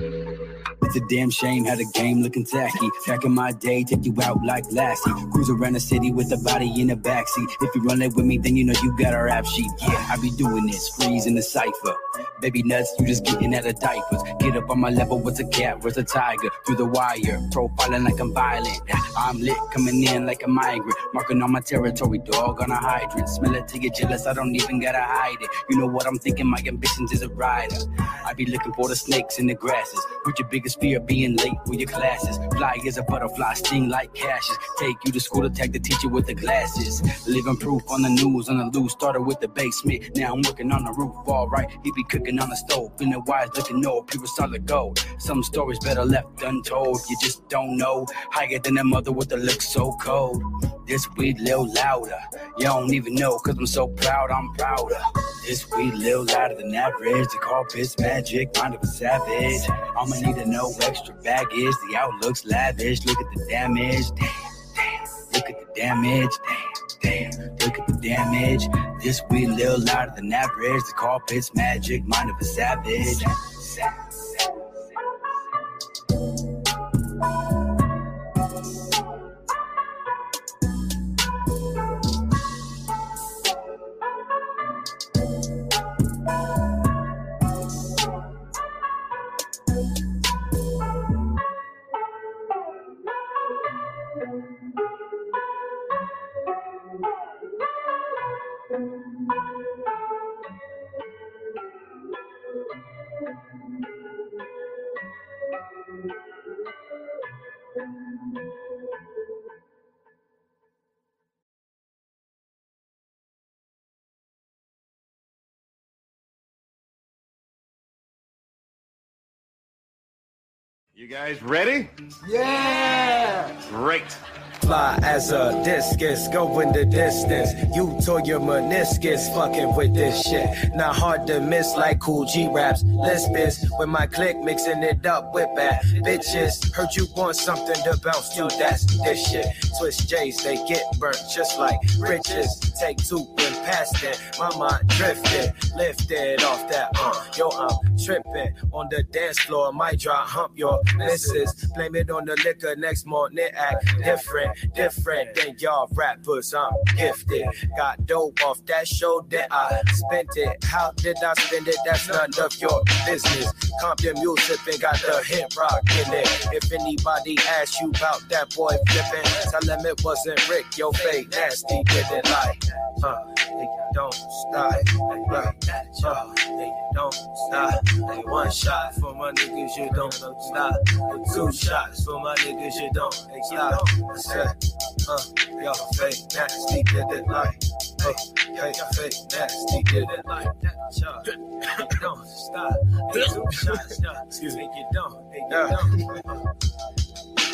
a 32.
It's a damn shame how the game looking tacky. Back in my day, take you out like Lassie. Cruise around the city with a body in the backseat. If you run late with me, then you know you got our app sheet. Yeah, I be doing this, freezing the cipher. Baby nuts, you just getting out of diapers. Get up on my level, what's a cat, where's a tiger? Through the wire, profiling like I'm violent. I'm lit, coming in like a migrant. Marking on my territory, dog on a hydrant. Smell it till you're jealous, I don't even gotta hide it. You know what I'm thinking, my ambitions is a rider. I be looking for the snakes in the grasses. With your biggest fear being late for your classes. Fly as a butterfly, sting like cashes. Take you to school to tag the teacher with the glasses. Living proof on the news, on the loose. Started with the basement, now I'm working on the roof. All right, he be cooking on the stove. In the wires looking old, pure solid gold. Some stories better left untold. You just don't know. Higher than a mother with a look so cold.
This weed little louder. You don't even know, cause I'm so proud, I'm prouder. This weed little louder than average. The carpet's magic, mind of a savage. I'ma need to know extra baggage. The outlook's lavish. Look at the damage. Damn, damn. Look at the damage. Damn, damn. Look at the damage. This weed little louder than average. The carpet's magic, mind of a savage.
You guys ready?
Yeah!
Great.
Fly as a discus, going the distance. You tore your meniscus, fucking with this shit. Not hard to miss like cool G raps. Lispins, with my click, mixing it up with bad bitches. Heard you want something to bounce to, that's this shit. Twist J's, they get burnt just like riches. Take two and past it. My mind drifted, lifted off that uh. Yo, I'm tripping on the dance floor. Might dry hump your missus. Blame it on the liquor next morning. Act different, different than y'all rappers. I'm gifted. Got dope off that show that I spent it. How did I spend it? That's none of your business. Compton music and got the hip rock in it. If anybody asks you about that boy flipping, tell him it wasn't Rick. Yo, fake nasty didn't lie. Uh, they don't stop. They right. Uh, they don't stop. They one shot for my niggas, you don't stop. They two shots for my niggas, you don't stop. I said, uh, y'all fake nasty did it like. Hey, hey, fake nasty did it like that. Shot. They don't stop. They two shots. yeah. Excuse me. They don't. They don't. Uh,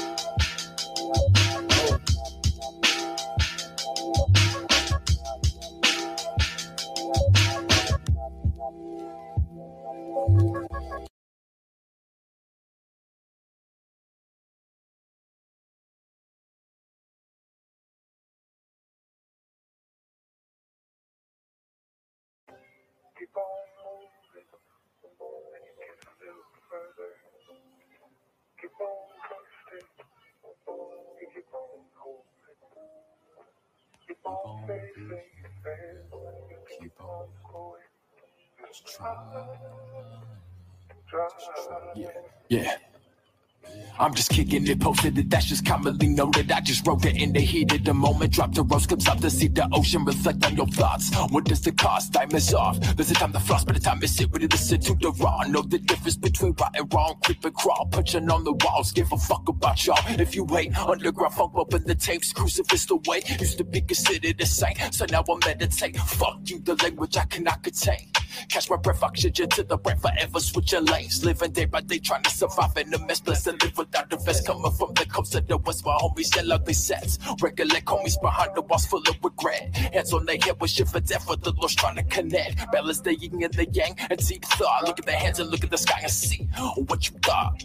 Yeah. I'm just kicking it, posted it. That's just commonly noted. I just wrote it in the heat of the moment. Drop the rose clips off to see the ocean. Reflect on your thoughts. What does the cost? Time is off. There's a time to floss, but a time to sit with it. Listen to the raw. Know the difference between right and wrong. Creep and crawl. Punching on the walls. Give a fuck about y'all. If you wait, underground funk up in the tapes. Crucifix the way. Used to be considered a saint. So now I meditate. Fuck you, the language I cannot contain. Catch my breath, oxygen to the brain forever. Switch your lanes. Living day by day, trying to survive in the mess. Blessed and live without the vest. Coming from the coast of the west, my homies yell out they sets. Recollect homies behind the walls full of regret. Hands on their head with shit for death for the lost trying to connect. Balance the yin and the yang and deep thought. Look at the hands and look at the sky and see what you got.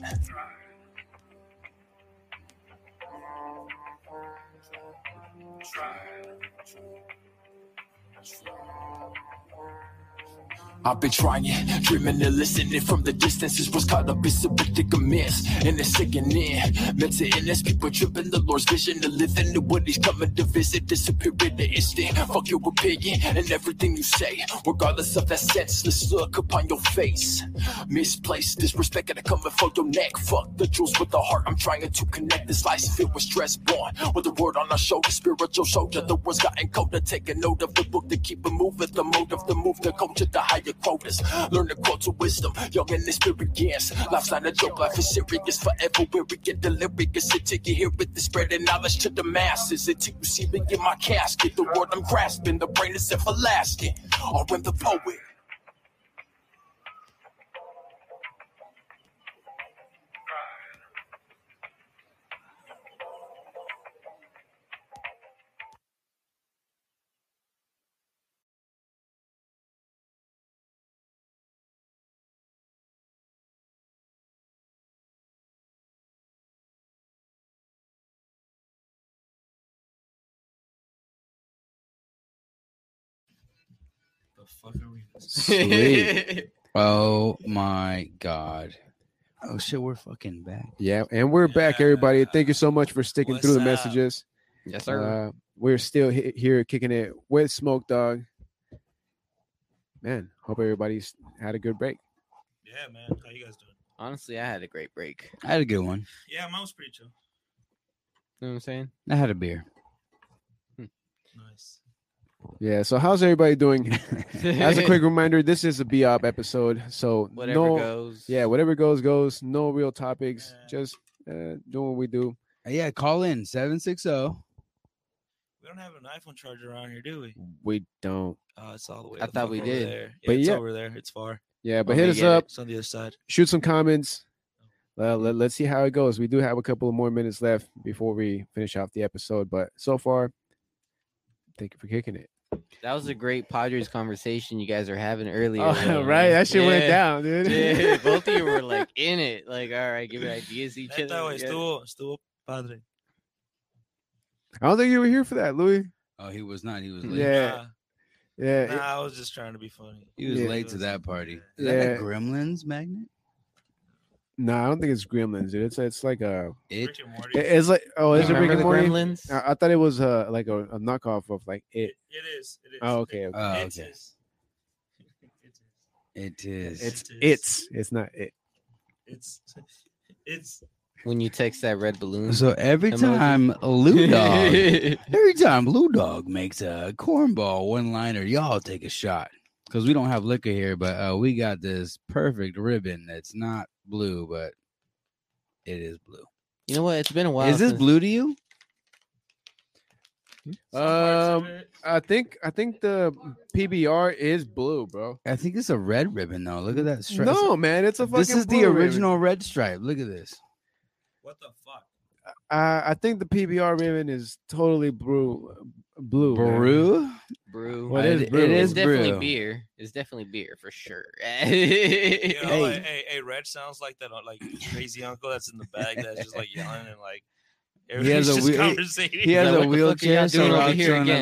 I've been trying, dreaming and listening from the distances. Was caught up in some predicaments, and it's sickening. Mental illness, people tripping the Lord's vision to live in the what he's coming to visit. Disappear in the instant. Fuck your opinion and everything you say, regardless of that senseless look upon your face. Misplaced disrespect gotta come and for your neck. Fuck the jewels with the heart. I'm trying to connect this life filled with stress, born with the word on our shoulder, spiritual shoulder. The words gotten colder. Take a note of the book to keep it moving. The mode of the move, the culture, the higher quotas. Learn the quote to wisdom, young and experienced. Life's not a joke, life is serious forever. Where we get the lyric is it take it here with the spreading knowledge to the masses. Until you see me in my casket, the word I'm grasping, the brain is everlasting. Or in the poet.
the fuck are we?
Sweet. oh my god. Oh shit, we're fucking back.
Yeah, and we're back, everybody. Thank you so much for sticking through the
What's up?
messages.
Yes, sir.
Uh, we're still he- here kicking it with Smoke Dog. Man, hope everybody's had a good break.
Yeah, man. How you guys doing?
Honestly, I had a great break.
I had a good one.
Yeah, mine was pretty chill.
You know what I'm saying?
I had a beer.
Nice.
Yeah. So how's everybody doing? As a quick reminder, this is a BOP episode, so
Whatever
no,
goes.
Yeah, whatever goes goes. No real topics. Just uh, doing what we do.
Yeah, call in oh. 760.
We don't have an iPhone charger around here, do we?
We don't.
Oh, it's all the way.
I
the
thought
fuck
we
over
did.
there. Yeah,
But
it's
yeah.
over there. It's far.
Yeah, but
Let
hit
me
us
get
up.
It's on the other side.
Shoot some comments. Uh, let, let's see how it goes. We do have a couple of more minutes left before we finish off the episode, but so far, thank you for kicking it.
That was a great Padres conversation you guys are having earlier.
Oh,
though,
right,
man.
that shit went
Yeah.
down, dude.
Yeah, both of you were like in it. Like, all right, give ideas to each
Neta,
other.
güey,
yeah.
estuvo, estuvo padre.
I don't think you were here for that, Louis.
Oh, he was not. He was late.
Yeah, yeah,
Nah,
it-
nah, I was just trying to be funny.
He was
Yeah.
late to that party. Is
Yeah.
that a Gremlins magnet?
nah. I don't think it's Gremlins, dude. It's it's like a
It
Rick and Morty.
it- it's like oh, is it Rick
Remember
and
the
Morty?
Gremlins?
I, I thought it was uh like a, a knockoff of like it.
It- it is. It is.
Oh, okay, okay.
oh,
It's
okay.
is. It's is.
It is.
It's
It is.
it's it's not it.
It's it's
When you text that red balloon.
so every
Emoji.
time Lou Dog Every time Blue Dog makes a cornball one liner, y'all take a shot because we don't have liquor here, but uh, we got this perfect ribbon that's not blue, but it is blue.
you know what? It's been a while.
is this
since-
blue to you?
some parts of
Um,
it-
I think I think the PBR is blue, bro.
I think it's a red ribbon though. Look at that stripe.
No, man, it's a fucking.
this is the
blue ribbon.
original red stripe. Look at this.
What the fuck?
Uh, I think the PBR ribbon is totally blue. Blue. man.
Brew.
brew?
What is
It-
brew?
It
It's
is
definitely
brew.
beer. It's definitely beer for sure.
You know,
Hey.
hey. Like, hey, hey, Red sounds like that uh, like crazy uncle that's in the bag that's just like yelling and like everybody's
has a
just
wheel-
conversating.
He has
Like,
a
what the fuck are y'all
wheelchair, so
doing over
Rob's
here
going
again?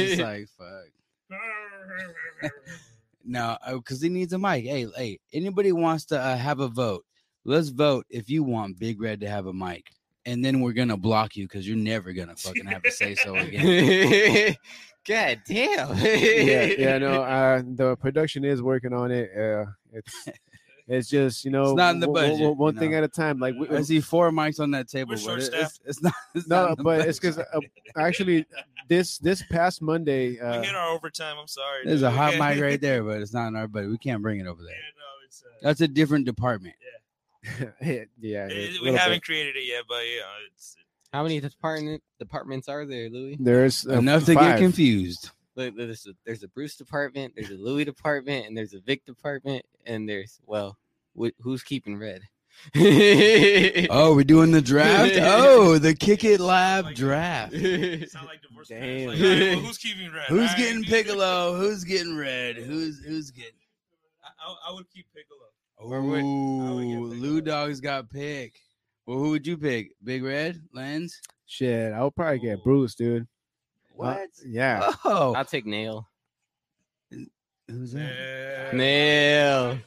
It's like fuck. No, because he needs a mic. Hey, hey, anybody wants to uh, have a vote? Let's vote if you want Big Red to have a mic, and then we're gonna block you because you're never gonna fucking have a say so again.
God damn.
yeah, yeah, no. Uh, the production is working on it. Uh, it's it's just you know
not in the
w- w-
budget, you
one thing
know.
at a time. Like we,
I see four mics on that
We're
table, but it- it's,
short-staffed.
it's not. It's not
no,
in the
but it's because
budget.
uh, actually this this past Monday.
we
Uh,
hit our overtime. I'm sorry.
there's a
dude.
hot mic right there, but it's not in our budget. We can't bring it over
Yeah,
there.
no, it's, uh,
That's a different department.
uh, yeah, yeah, a
it- we
little
haven't
bit.
created it yet, but you know, it's
How many department departments are there, Louis?
There's uh,
Enough to
five.
get confused.
Look, there's a, there's a Bruce department, there's a Louis department, and there's a Vic department, and there's well, wh- who's keeping red?
Oh, we're doing the draft. Oh, the kick it live draft.
it's not like divorce.
Damn.
Like, all right, well, who's keeping Red? All
Who's
right,
getting
dude.
Piccolo? Who's getting red? Who's who's getting?
I, I, I would keep Piccolo.
Or what-
Oh,
would get Piccolo.
Lou Dog's got pick. Well, who would you pick? Big Red, Lens?
Shit, I'll probably get
Ooh.
Bruce, dude. Uh, yeah.
Oh,
I'll take nail.
who's that?
Yeah.
Nail.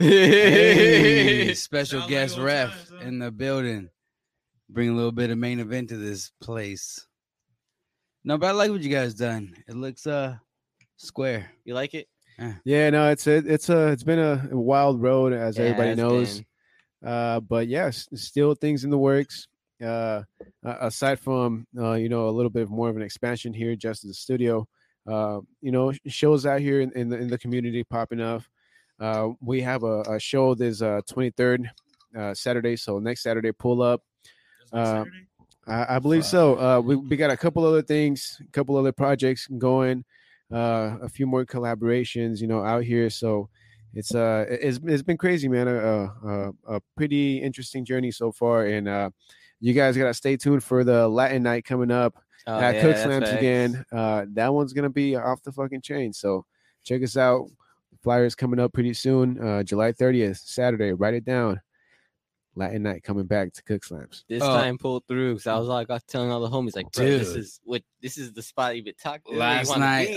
Hey, special
Sounds like
guest
old
ref
times, huh?
in the building. Bring a little bit of main event to this place. No, but I like what you guys done. It looks uh square.
You like it?
Yeah, no, it's a, it's a, it's been a wild road, as
Yeah,
everybody
it's
knows.
been-
Uh, but yes, still things in the works. Uh, a- aside from uh, you know a little bit more of an expansion here, just in the studio. Uh, you know, sh- shows out here in, in the in the community popping up. Uh, we have a, a show this uh, 23rd uh, Saturday, so next Saturday pull up.
That's next
Uh,
Saturday?
I, I believe so. Uh, we we got a couple other things, a couple other projects going, uh, a few more collaborations, you know, out here. So it's uh it- it's it's been crazy, man. A a, a pretty interesting journey so far, and uh, you guys gotta stay tuned for the Latin night coming up
Oh,
at
yeah,
Cook
that's
Slams
facts.
again. Uh, that one's gonna be off the fucking chain. So check us out. Flyers coming up pretty soon, uh, July 30th, Saturday. Write it down. Latin night coming back to Cook Slams.
This
Oh.
time pulled through because I was like, I was telling all the homies, like, bro, this
Uh, Dude.
is what this is the spot you've been talking about.
last night,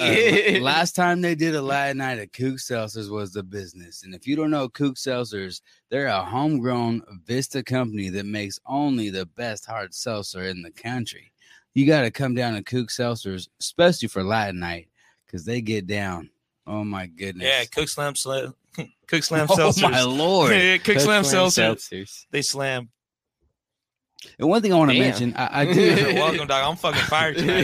uh, last time they did a Latin night at Kook Seltzers was the business. And if you don't know Kook Seltzers, they're a homegrown Vista company that makes only the best hard seltzer in the country. You got to come down to Kook Seltzers, especially for Latin night, because they get down. Oh my goodness!
Yeah, Cook Slam Slam. Cook Slam
Oh,
Seltzers.
my Lord.
Yeah, Cook,
Cook
Slam,
Slam
seltzer.
Seltzers.
They slam.
And one thing I want to
Damn.
mention, I, I do.
Welcome, dog. I'm fucking fired tonight.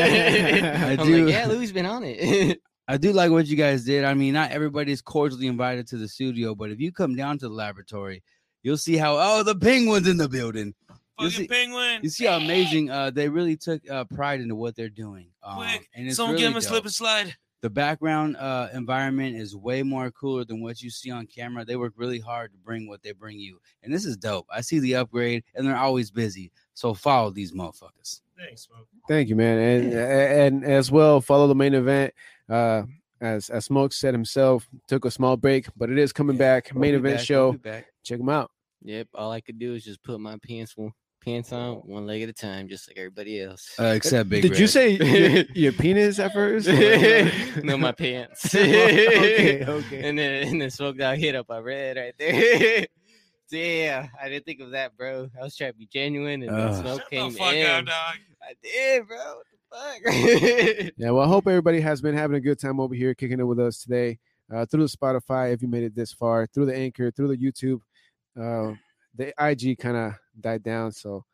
I
I
do-
Like, yeah, Louis been on it.
I do like what you guys did. I mean, not everybody's cordially invited to the studio, but if you come down to the laboratory, you'll see how oh the penguins in the building. You'll see,
penguin.
you see how amazing uh they really took uh, pride into what they're doing. Um,
Quick,
and it's
someone
really
give him a slip
dope.
and slide.
The background uh environment is way more cooler than what you see on camera. They work really hard to bring what they bring you, and this is dope. I see the upgrade, and they're always busy. So follow these motherfuckers.
Thanks, man.
Thank you, man, and and as well follow the main event. Uh, as as Smoke said himself, took a small break, but it is coming back. Main
be
event
back, we'll
show.
be back.
Check them out.
yep, all I could do is just put my pants one pants on one leg at a time, just like everybody else.
Uh, except Big
Did you
Red.
say your, your penis at first?
no, my pants.
Okay, okay.
And then and then smoke dog hit up. I read right there. Damn, I didn't think of that, bro. I was trying to be genuine, and then
Ugh.
smoke came
fuck
in.
up, dog.
I did, bro. What the fuck?
Yeah, well, I hope everybody has been having a good time over here, kicking it with us today uh, through the Spotify. If you made it this far, through the Anchor, through the YouTube, uh, the IG kind of died down. So,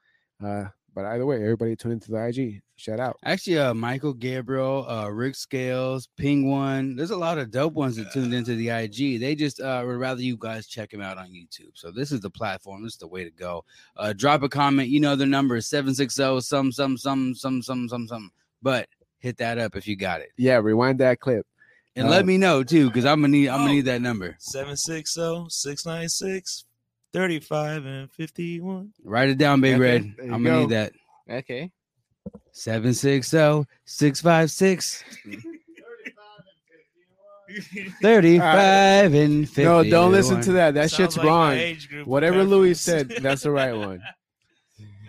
uh, but either way, everybody tune into the IG. Shout out.
Actually, uh, Michael Gabriel, uh, Rick Scales, Ping One. There's a lot of dope ones that tuned into the IG. They just uh, would rather you guys check them out on YouTube. So this is the platform. This is the way to go. Uh, drop a comment. You know the number is 760 some some some some some some some. But hit that up if you got it,
Yeah, rewind that clip.
and
Uh,
let me know too, because I'm gonna need I'm
Oh.
gonna need that number.
760 696 35 and 51.
Write it down, Big
Okay,
Red.
there you
I'm gonna
go.
need that
Okay.
760 656 35 and 50.
No, don't listen to that. That
Sounds
shit's
like my
wrong.
age group
Whatever Louis
preference.
said, that's the right one.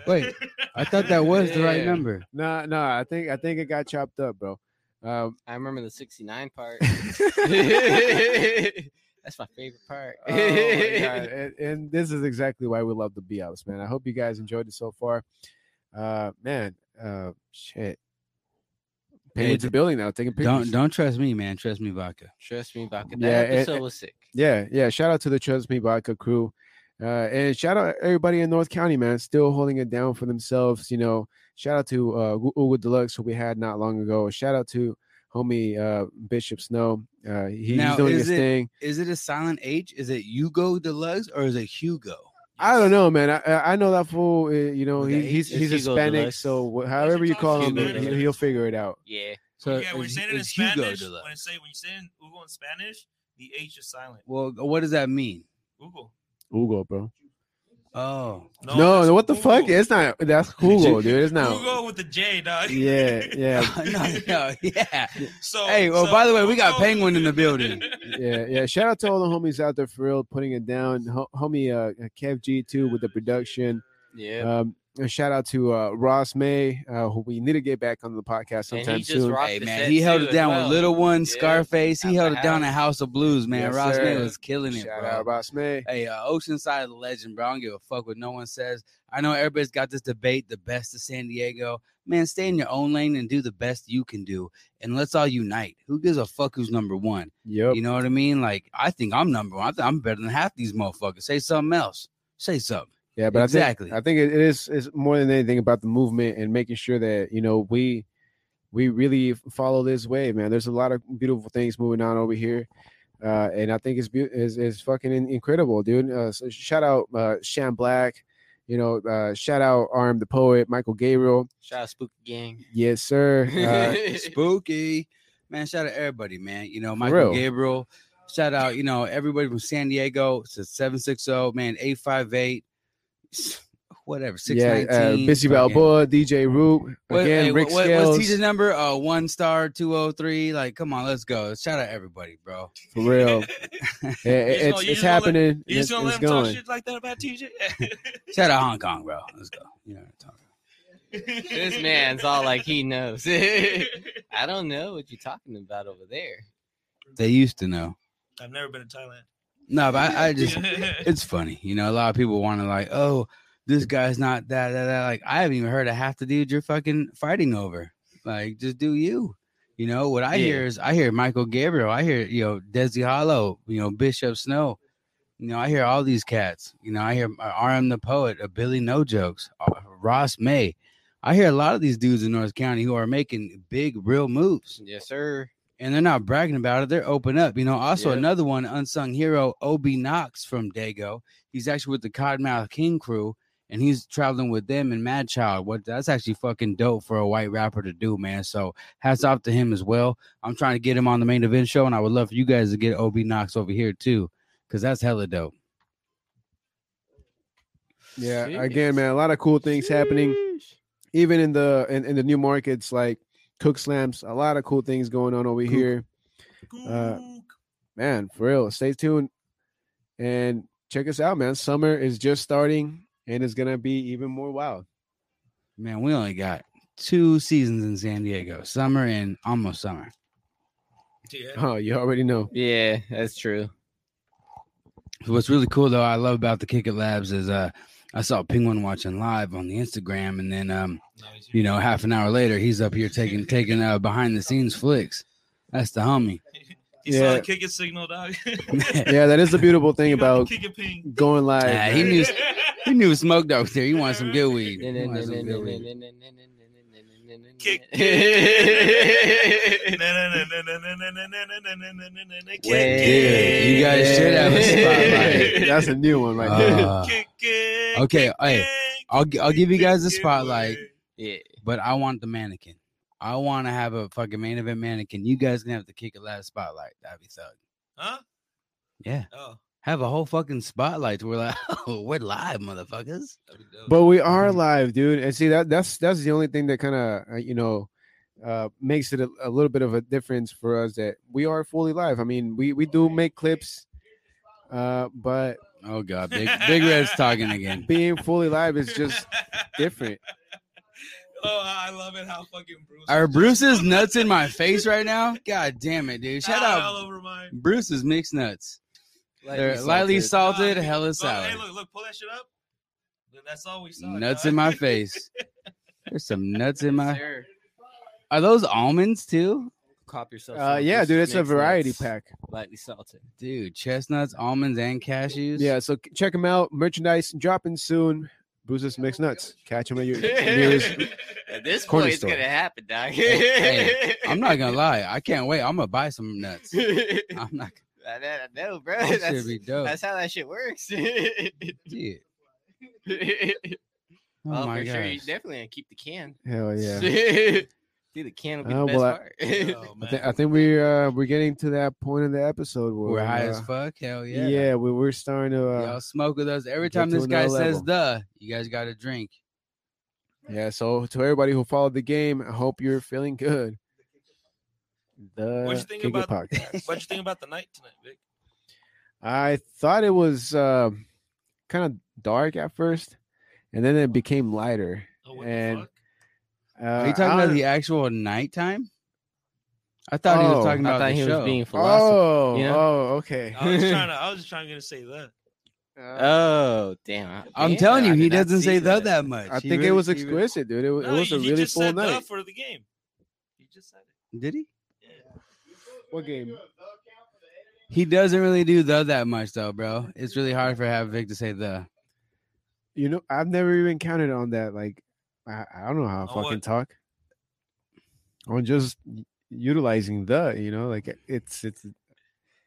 Wait, I thought that was the right
Yeah.
number.
No, no, I think I think it got chopped up, bro. Um,
I remember the 69 part. That's my favorite part.
oh my God, And, and this is exactly why we love the B Outs, man. I hope you guys enjoyed it so far. Uh, man, uh, shit.
Hey,
Penguins are building now, taking pictures.
Don't don't trust me, man. Trust me, vodka.
Trust me, Baka. That
Yeah, it-
episode was sick.
Yeah, yeah. Shout out to the Trust Me Vodka crew. Uh, and shout out everybody in North County, man, still holding it down for themselves. You know, shout out to uh Gu- Ugo Deluxe, who we had not long ago. Shout out to homie uh Bishop Snow. Uh he-
Now,
he's doing
is
his
it-
thing.
Is it a silent H? Is it Hugo Deluxe or is it Hugo?
I don't know, man. I- I I know that fool. uh, You know,
With
he,
the
he's
H?
he's
Hugo
Hispanic,
Deluxe.
so wh- however you
talking
call him,
Hugo
he-
Deluxe.
he'll figure it out.
Yeah.
So
yeah, when you
it's,
say it in
it's Hugo
Spanish, when I
Deluxe.
say when you say it in Ugo in Spanish, the H is silent.
Well, what does that mean?
Ugo.
Ugo, bro.
Oh,
No, no,
that's
what the fuck?
Ugo.
It's not. That's Hugo, dude. It's not.
Ugo with the J, dog.
Yeah, yeah.
no, no, yeah.
So
Hey, well,
so
by the way, we got
Ugo-
Penguin in the building.
yeah, yeah. Shout out to all the homies out there for real, putting it down. Ho- homie uh, Kev G too with the production.
Yeah.
Um, and shout out to uh, Ross May, uh, who we need to get back onto the podcast
And he
sometime
just
soon.
rocked
Hey
the
man,
set
he held
too
it
as
down
well.
with Little One,
Yeah.
Scarface. He
At
held
the
it down
house.
at House of Blues, man.
Yes,
Ross May
sir.
was killing it,
shout
bro.
out Ross May.
Hey, uh, Oceanside legend, bro. I don't give a fuck what no one says. I know everybody's got this debate, the best of San Diego. Man, stay in your own lane and do the best you can do. And let's all unite. Who gives a fuck who's number one?
Yep.
You know what I mean? Like, I think I'm number one. I think I'm better than half these motherfuckers. Say something else. Say something.
Yeah, but
Exactly.
I think, I think it is is more than anything about the movement and making sure that you know we we really follow this wave, man. There's a lot of beautiful things moving on over here, uh, and I think it's beau- is is fucking in- incredible, dude. Uh, so shout out uh, Sham Black, you know, uh, shout out Arm the Poet, Michael Gabriel,
Shout out Spooky Gang.
yes sir. Uh,
Spooky. Man, shout out to everybody, man. You know,
real.
Michael Gabriel. Shout out, you know, everybody from San Diego to 760, man, 858. whatever. Six
yeah, uh,
nineteen.
Busy Balboa, DJ Root,
What,
again,
hey,
Rick
what, what-
Scales.
what's TJ's number? Uh, one star two oh three. Like, come on, let's go. Shout out everybody, bro.
for real. Yeah, it-
gonna-
it's it's
you just gonna let-
happening.
you
It's-
just gonna let
it's
him talk
going.
shit like that about TJ.
Shout out Hong Kong, bro. Let's go. You know what I'm talking
This man's all like he knows. I don't know what you're talking about over there.
about. They used to know.
I've never been to Thailand.
No, but I, I just it's funny. You know, a lot of people want to like, oh, this guy's not that, that, that. Like, I haven't even heard of half the dude you're fucking fighting over. Like, just do you. You know, what I
Yeah.
hear is I hear Michael Gabriel, I hear, you know, Desi Hollow, you know, Bishop Snow. You know, I hear all these cats. You know, I hear uh, RM the Poet, uh, Billy No Jokes, uh, Ross May. I hear a lot of these dudes in North County who are making big, real moves
Yes, sir.
and they're not bragging about it. They're open up. You know, also
Yeah.
another one, unsung hero, Obi Knox from Dago. He's actually with the Codmouth King crew, and he's traveling with them and Mad Child. What that's actually fucking dope for a white rapper to do, man. So hats off to him as well. I'm trying to get him on the main event show, and I would love for you guys to get Obi Knox over here too, because that's hella dope.
Yeah,
Sheesh.
again, man, a lot of cool things happening. Even in the in, in the new markets like Cook Slams, a lot of cool things going on over here. Uh, man, for real, stay tuned and check us out, man. Summer is just starting and it's gonna be even more wild.
Man, we only got two seasons in San Diego, summer and almost summer.
Oh, you already know.
Yeah, that's true.
What's really cool though, I love about the Kick It Labs is uh I saw Penguin watching live on the Instagram and then um you know half an hour later he's up here taking taking uh behind the scenes flicks. That's the homie.
He saw the kick it signal, dog.
yeah, that is the beautiful thing about
Kick it ping.
going live.
Nah, he
man.
knew he knew smoke dog there. You want some good weed. You want some good weed.
Kick
Kick
Yeah, you guys should have a spotlight.
That's a new one right there.
Uh, okay, hey, I'll gi- I'll give you guys the spotlight,
Yeah.
but I want the mannequin. I want to have a fucking main event mannequin. You guys can have the kick it loud spotlight. That'd be thug.
Huh?
Yeah.
Oh,
Have a whole fucking spotlight. to where like, oh, we're live, motherfuckers.
that'd be dope.
But
Mm-hmm.
we are live, dude. And see that that's that's the only thing that kind of uh, you know uh makes it a, a little bit of a difference for us that we are fully live. I mean, we we do make clips uh but
Oh god, big big red's talking again.
being fully live is just different.
Oh, I love it how fucking Bruce.
Are
just
Bruce's nuts in my face right now? God damn it, dude. Shout
out all
out
over mine.
Bruce's mixed nuts. They're
Lightly
lightly
salted.
salted,
Ah,
hella
look, Hey,
sour.
look, look, pull that shit up. Look, That's all we saw.
Nuts
dog.
in my face. There's some nuts in
Yes,
my
sir.
Are those almonds too?
Cop yourself.
Uh
some
yeah,
Bruce's
dude, it's a
mixed
variety
nuts,
pack.
Lightly salted.
Dude, chestnuts, almonds, and cashews.
Yeah, so c- check them out. Merchandise dropping soon. Bruce's mixed nuts. Catch them at your nearest
At this
Corner
point, it's
store.
gonna happen, dog.
Hey, I'm not gonna lie. I can't wait. I'm gonna buy some nuts. I'm not
I know- I know, bro.
that
That's,
should be dope.
that's how that shit works.
Dude.
well,
Oh my
for sure, you
gosh.
definitely gonna keep the can.
Hell yeah.
Dude, the can will be
Oh,
the best
well, I-
part.
Oh,
I,
man.
thi- I think we're uh, we're getting to that point in the episode where
We're high as
uh,
fuck. Hell yeah.
Yeah, we we're starting to uh,
Y'all smoke with us. Every
get
time
to
this guy
another
says
level.
duh, you guys gotta drink.
Yeah, so to everybody who followed the game, I hope you're feeling good. The
What'd you think
Kick It
about-
podcast.
What'd you think about the night tonight, Vic?
I thought it was uh, kind of dark at first, and then it became lighter.
Oh, what
And,
the fuck?
Uh,
Are you talking
I-
about the actual nighttime? I thought he was
Oh.
talking
I
about
thought
the
he
show.
was being philosophical.
Oh,
you know?
oh, okay.
I was just trying to. I was just trying to get to say that.
Uh,
Oh, damn.
I'm
damn,
telling
I
you, he
did not
doesn't
see
say that that much.
I
He
think it
really-
was
he really-
exquisite, dude. It was,
No,
it was
he-
a
he
really
just
full
said
night.
that for the game. He just said it.
Did he?
What game?
He doesn't really do the that much though, bro. It's really hard for have Vic to say the.
You know, I've never even counted on that. Like, I, I don't know how I
On
fucking
what?
talk. On just u- utilizing the, you know, like it's it's.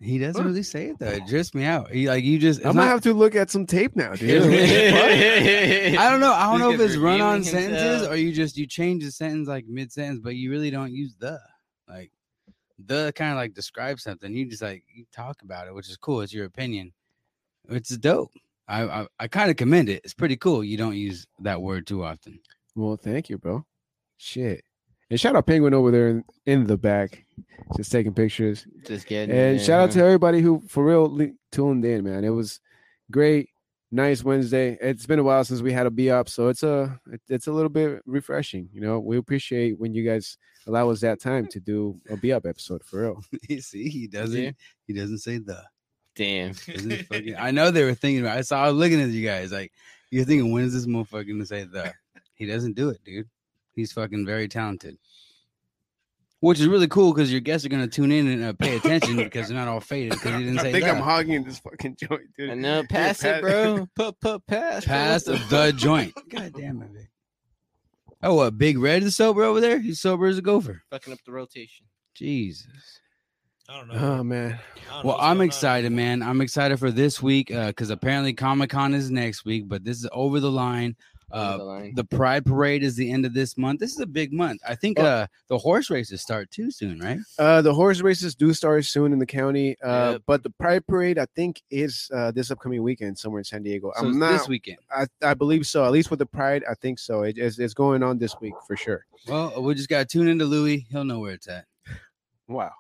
He doesn't
Huh.
really say it though. It drifts me out. He like you just.
I
it's
might
not-
have to look at some tape now, dude.
that.
I don't know. I
This
don't know if
guy's
it's run on
redeeming
sentences
himself.
or you just you change the sentence like mid sentence, but you really don't use the like the kind of like describe something. You just like you talk about it, which is cool. It's your opinion. It's dope. I I, I kind of commend it. It's pretty cool. You don't use that word too often.
Well, thank you, bro. Shit. And shout out Penguin over there in, in the back, just taking pictures.
Just getting it
And
in,
shout out
huh?
to everybody who for real li- tuned in, man. It was great, nice Wednesday. It's been a while since we had a B up, so it's a it- it's a little bit refreshing. You know, we appreciate when you guys allow us that time to do a B up episode for real.
You See, he doesn't. He doesn't say the.
Damn.
Doesn't fucking- I know they were thinking about. I saw. I was looking at you guys like you're thinking, when is this motherfucker gonna say the? He doesn't do it, dude. He's fucking very talented, which is really cool because your guests are gonna tune in and uh, pay attention because they're not all faded because he didn't say.
I think I'm
the.
hogging this fucking joint, dude.
I know.
Dude,
uh, Pass it,
Pat-
bro. Put put pass. bro.
Pass
What
the joint. God damn it, Vic. Oh, what? Big Red is sober over there. He's sober as a gopher.
Fucking up the rotation.
Jesus.
I don't know.
Oh man,
I don't know
Well,
what's
I'm
going on.
excited, man. I'm excited for this week because apparently Comic Con is next week, but this is over the line.
Over
Uh,
the line.
the Pride Parade is the end of this month. This is a big month. I think
Oh.
uh, the horse races start too soon, right?
Uh, the horse races do start soon in the county, uh,
Yep.
but the Pride Parade, I think, is uh, this upcoming weekend somewhere in San Diego.
So
I'm
it's
not.
Um, this weekend.
I, I believe so. At least with the Pride, I think so. It, it's, it's going on this week for sure.
Well, we just gotta tune into Louis. He'll know where it's at.
Wow.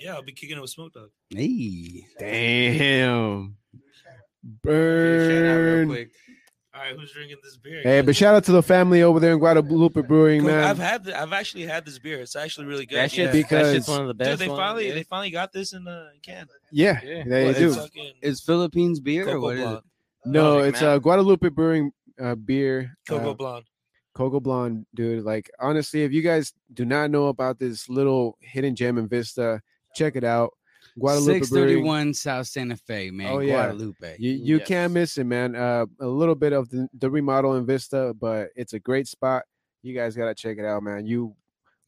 Yeah, I'll be kicking it with Smoke Dog.
Hey,
Damn.
real
Burn.
quick.
All right, who's drinking this beer?
Hey, but shout out to the family over there in Guadalupe Brewing,
Look, I've
man.
had, th- I've actually had this beer. It's actually really good.
That shit's,
yeah.
that
Because-
shit's one of the best.
Dude, they
ones,
finally,
yeah.
they finally got this in the can.
Yeah,
Yeah.
they
Well,
do.
it's fucking
is Philippines beer or
Cocoa
what is it?
Blonde.
No,
Magic
it's uh,
Mountain.
Guadalupe Brewing uh, beer.
Cocoa
uh,
Blonde.
Coco Blonde, dude. Like honestly, if you guys do not know about this little hidden gem in Vista, check it out. Guadalupe
Six
Brewing.
thirty-one South Santa Fe, man.
Oh, yeah.
Guadalupe.
You you can't
Yes.
miss it, man. Uh, a little bit of the, the remodel in Vista, but it's a great spot. You guys gotta check it out, man. You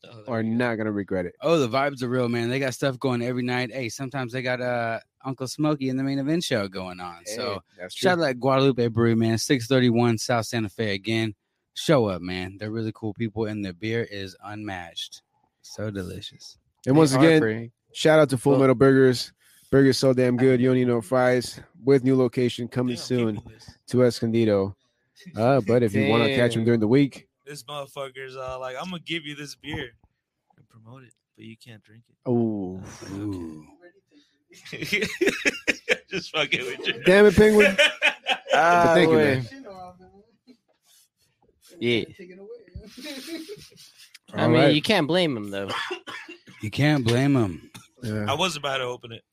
Oh, there
are
we go.
not gonna regret it.
Oh, the vibes are real, man. They got stuff going every night. Hey, sometimes they got uh Uncle Smokey in the main event show going on. So
Hey, that's true.
Oh, shout out to Guadalupe Brewery, man. 631 South Santa Fe again. Show up, man. They're really cool people, and their beer is unmatched. So delicious.
and once
They are
again,
pretty.
shout out to Full
Well-
Metal Burgers. Burgers so damn good. You don't need no fries. With new location coming
Damn,
soon
people, this-
to Escondido. Uh, but if you want to catch them
Damn.
during the week,
This motherfucker's uh, like, I'm gonna give you this beer and promote it, but you can't drink
oh
Ooh.
it. Just fucking with you.
damn it, Penguin!
Ah,
thank you,
boy.
man.
Yeah. I
All
mean,
right.
you can't blame him though.
You can't blame them.
Yeah.
I was about to open it.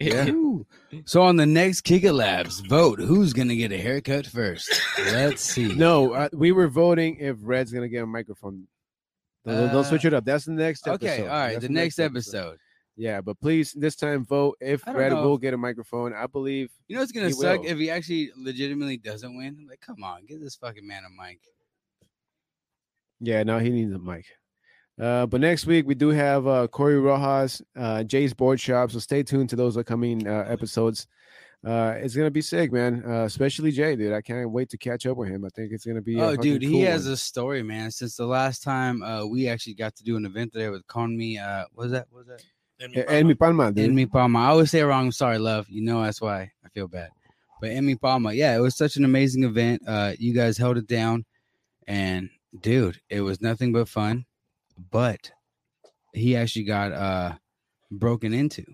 yeah.
So on the next Kika Labs vote, who's gonna get a haircut first? Let's see.
No, uh, we were voting if Red's gonna get a microphone. Don't, don't- don't switch it up. That's the next episode.
Uh, Okay, all right.
That's
The next episode.
Yeah, but please this time vote if
I don't
Red
know
will get a microphone. I believe.
You know it's gonna
He
suck
will.
if he actually legitimately doesn't win. I'm like, come on, give this fucking man a mic.
Yeah, no, he needs a mic. Uh, but next week we do have uh, Corey Rojas, uh, Jay's Board Shop. So stay tuned to those upcoming uh, episodes. Uh, it's gonna be sick, man. Uh, especially Jay, dude. I can't wait to catch up with him. I think it's gonna be. a
oh, dude,
fucking
he
cool
has
one.
a story, man. Since the last time uh, we actually got to do an event there with Conmi, uh, what was that? What was that?
And
A- and mi palma, dude.
Dude. Emmy Palma. I always say it wrong. I'm sorry, love. You know that's why I feel bad. But Emmy Palma, yeah, it was such an amazing event. Uh, you guys held it down, and dude, it was nothing but fun. But he actually got uh broken into,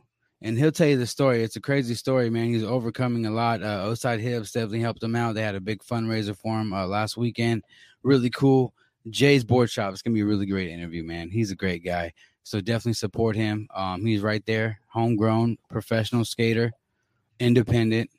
and he'll tell you the story. It's a crazy story, man. He's overcoming a lot. Uh, Oside Hibbs definitely helped him out. They had a big fundraiser for him uh, last weekend. Really cool. Jay's board shop. It's gonna be a really great interview, man. He's a great guy. So definitely support him. Um, he's right there, homegrown, professional skater, independent.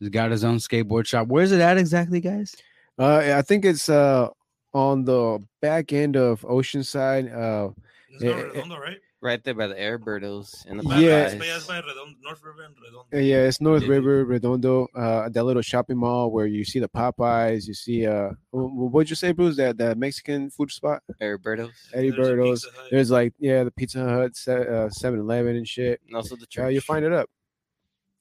He's got his own skateboard shop. Where's it at exactly, guys?
Uh, I think it's uh on the back end of Oceanside. Uh,
It's not
eh, eh,
Redondo, right?
Right there by the air birdos and the
By- Yeah.
Yeah.
Popeyes.
North River and Redondo.
yeah, it's North
Yeah.
River Redondo. Uh, that little shopping mall where you see the Popeyes, you see uh, wh- wh- what'd you say, Bruce? That that Mexican food spot,
Air birdos.
Eddie
There's a
Birdo's.
Pizza Hut.
There's like yeah, the Pizza Hut, uh, Seven Eleven, and shit.
And also the church.
Uh, you find it up.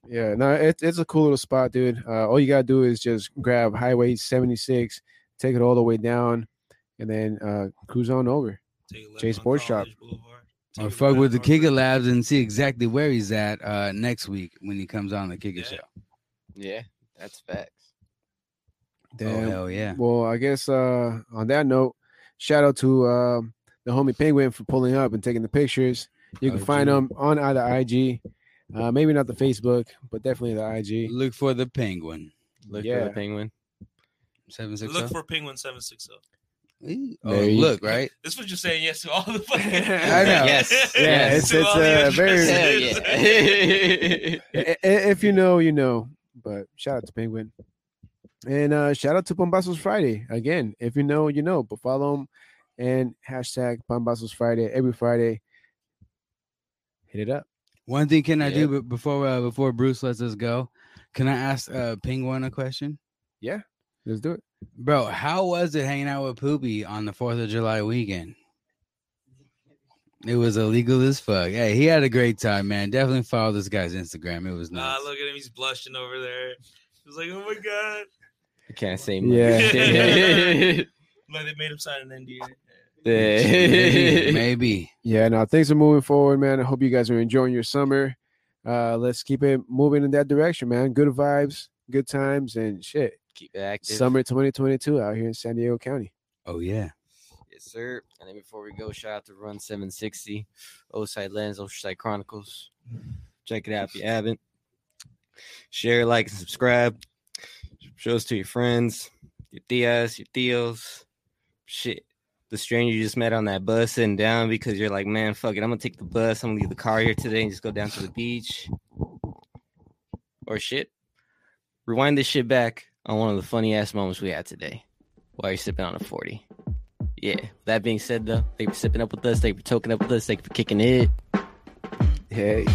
Yeah, no, it, it's a cool little spot, dude. Uh, all you gotta do is just grab Highway 76, take it all the way down, and then uh, cruise on over.
Take a left
Jay's
on
Board Shop.
College Boulevard. Take
Or
a
fuck
right
with the
on North
Kika
River.
Labs and see exactly where he's at uh, next week when he comes on the Kika
Yeah.
Show.
Yeah, that's facts.
Damn.
hell yeah.
Well, I guess uh, on that note, shout out to uh, the homie Penguin for pulling up and taking the pictures. You can find
OG.
him on either IG, uh, maybe not the Facebook, but definitely the IG.
Look for the penguin.
Look for
Yeah.
the penguin.
Seven six.
Look for Penguin Seven Six Zero.
Oh,
There you-
look right.
That's what you're saying yes to all the fucking.
I
know.
Yes,
yeah, it's-
To
it's,
all the
uh, very-
Hell
addresses.
yeah.
I- I- if you know, you know. But shout out to Penguin. And uh, shout out to Bombazos Friday. Again, if you know, you know. But follow him and hashtag Bombazos Friday every Friday. Hit it up.
One thing can I
Yeah.
do but before uh, before Bruce lets us go? Can I ask uh, Penguin a question,
Let's do it.
bro? How was it hanging out with Poopy on the Fourth of July weekend? It was illegal as fuck. Hey, he had a great time, man. Definitely follow this guy's Instagram. It was
Nah,
nice.
Ah, look at him. He's blushing over there. He's like, oh my god.
I can't say
Yeah.
much.
Like they made him sign an NDA.
maybe,
Yeah.
maybe.
Yeah, no, things are moving forward, man. I hope you guys are enjoying your summer. Uh, let's keep it moving in that direction, man. Good vibes, good times, and shit.
Keep it active.
Summer 2022 out here in San Diego County.
Oh yeah.
Yes, sir. And then before we go, shout out to Run 760, Oside Lens, Oceanside Chronicles. Check it out if you haven't. Share, like, and subscribe. Show us to your friends, your tias, your tios. Shit. The stranger you just met on that bus sitting down because you're like, man, fuck it. I'm going to take the bus. I'm going to leave the car here today and just go down to the beach. Or shit. Rewind this shit back on one of the funny ass moments we had today while you're sipping on a 40. Yeah. That being said, though, thank you for sipping up with us. Thank you for toking up with us. Thank you for kicking it.
Hey.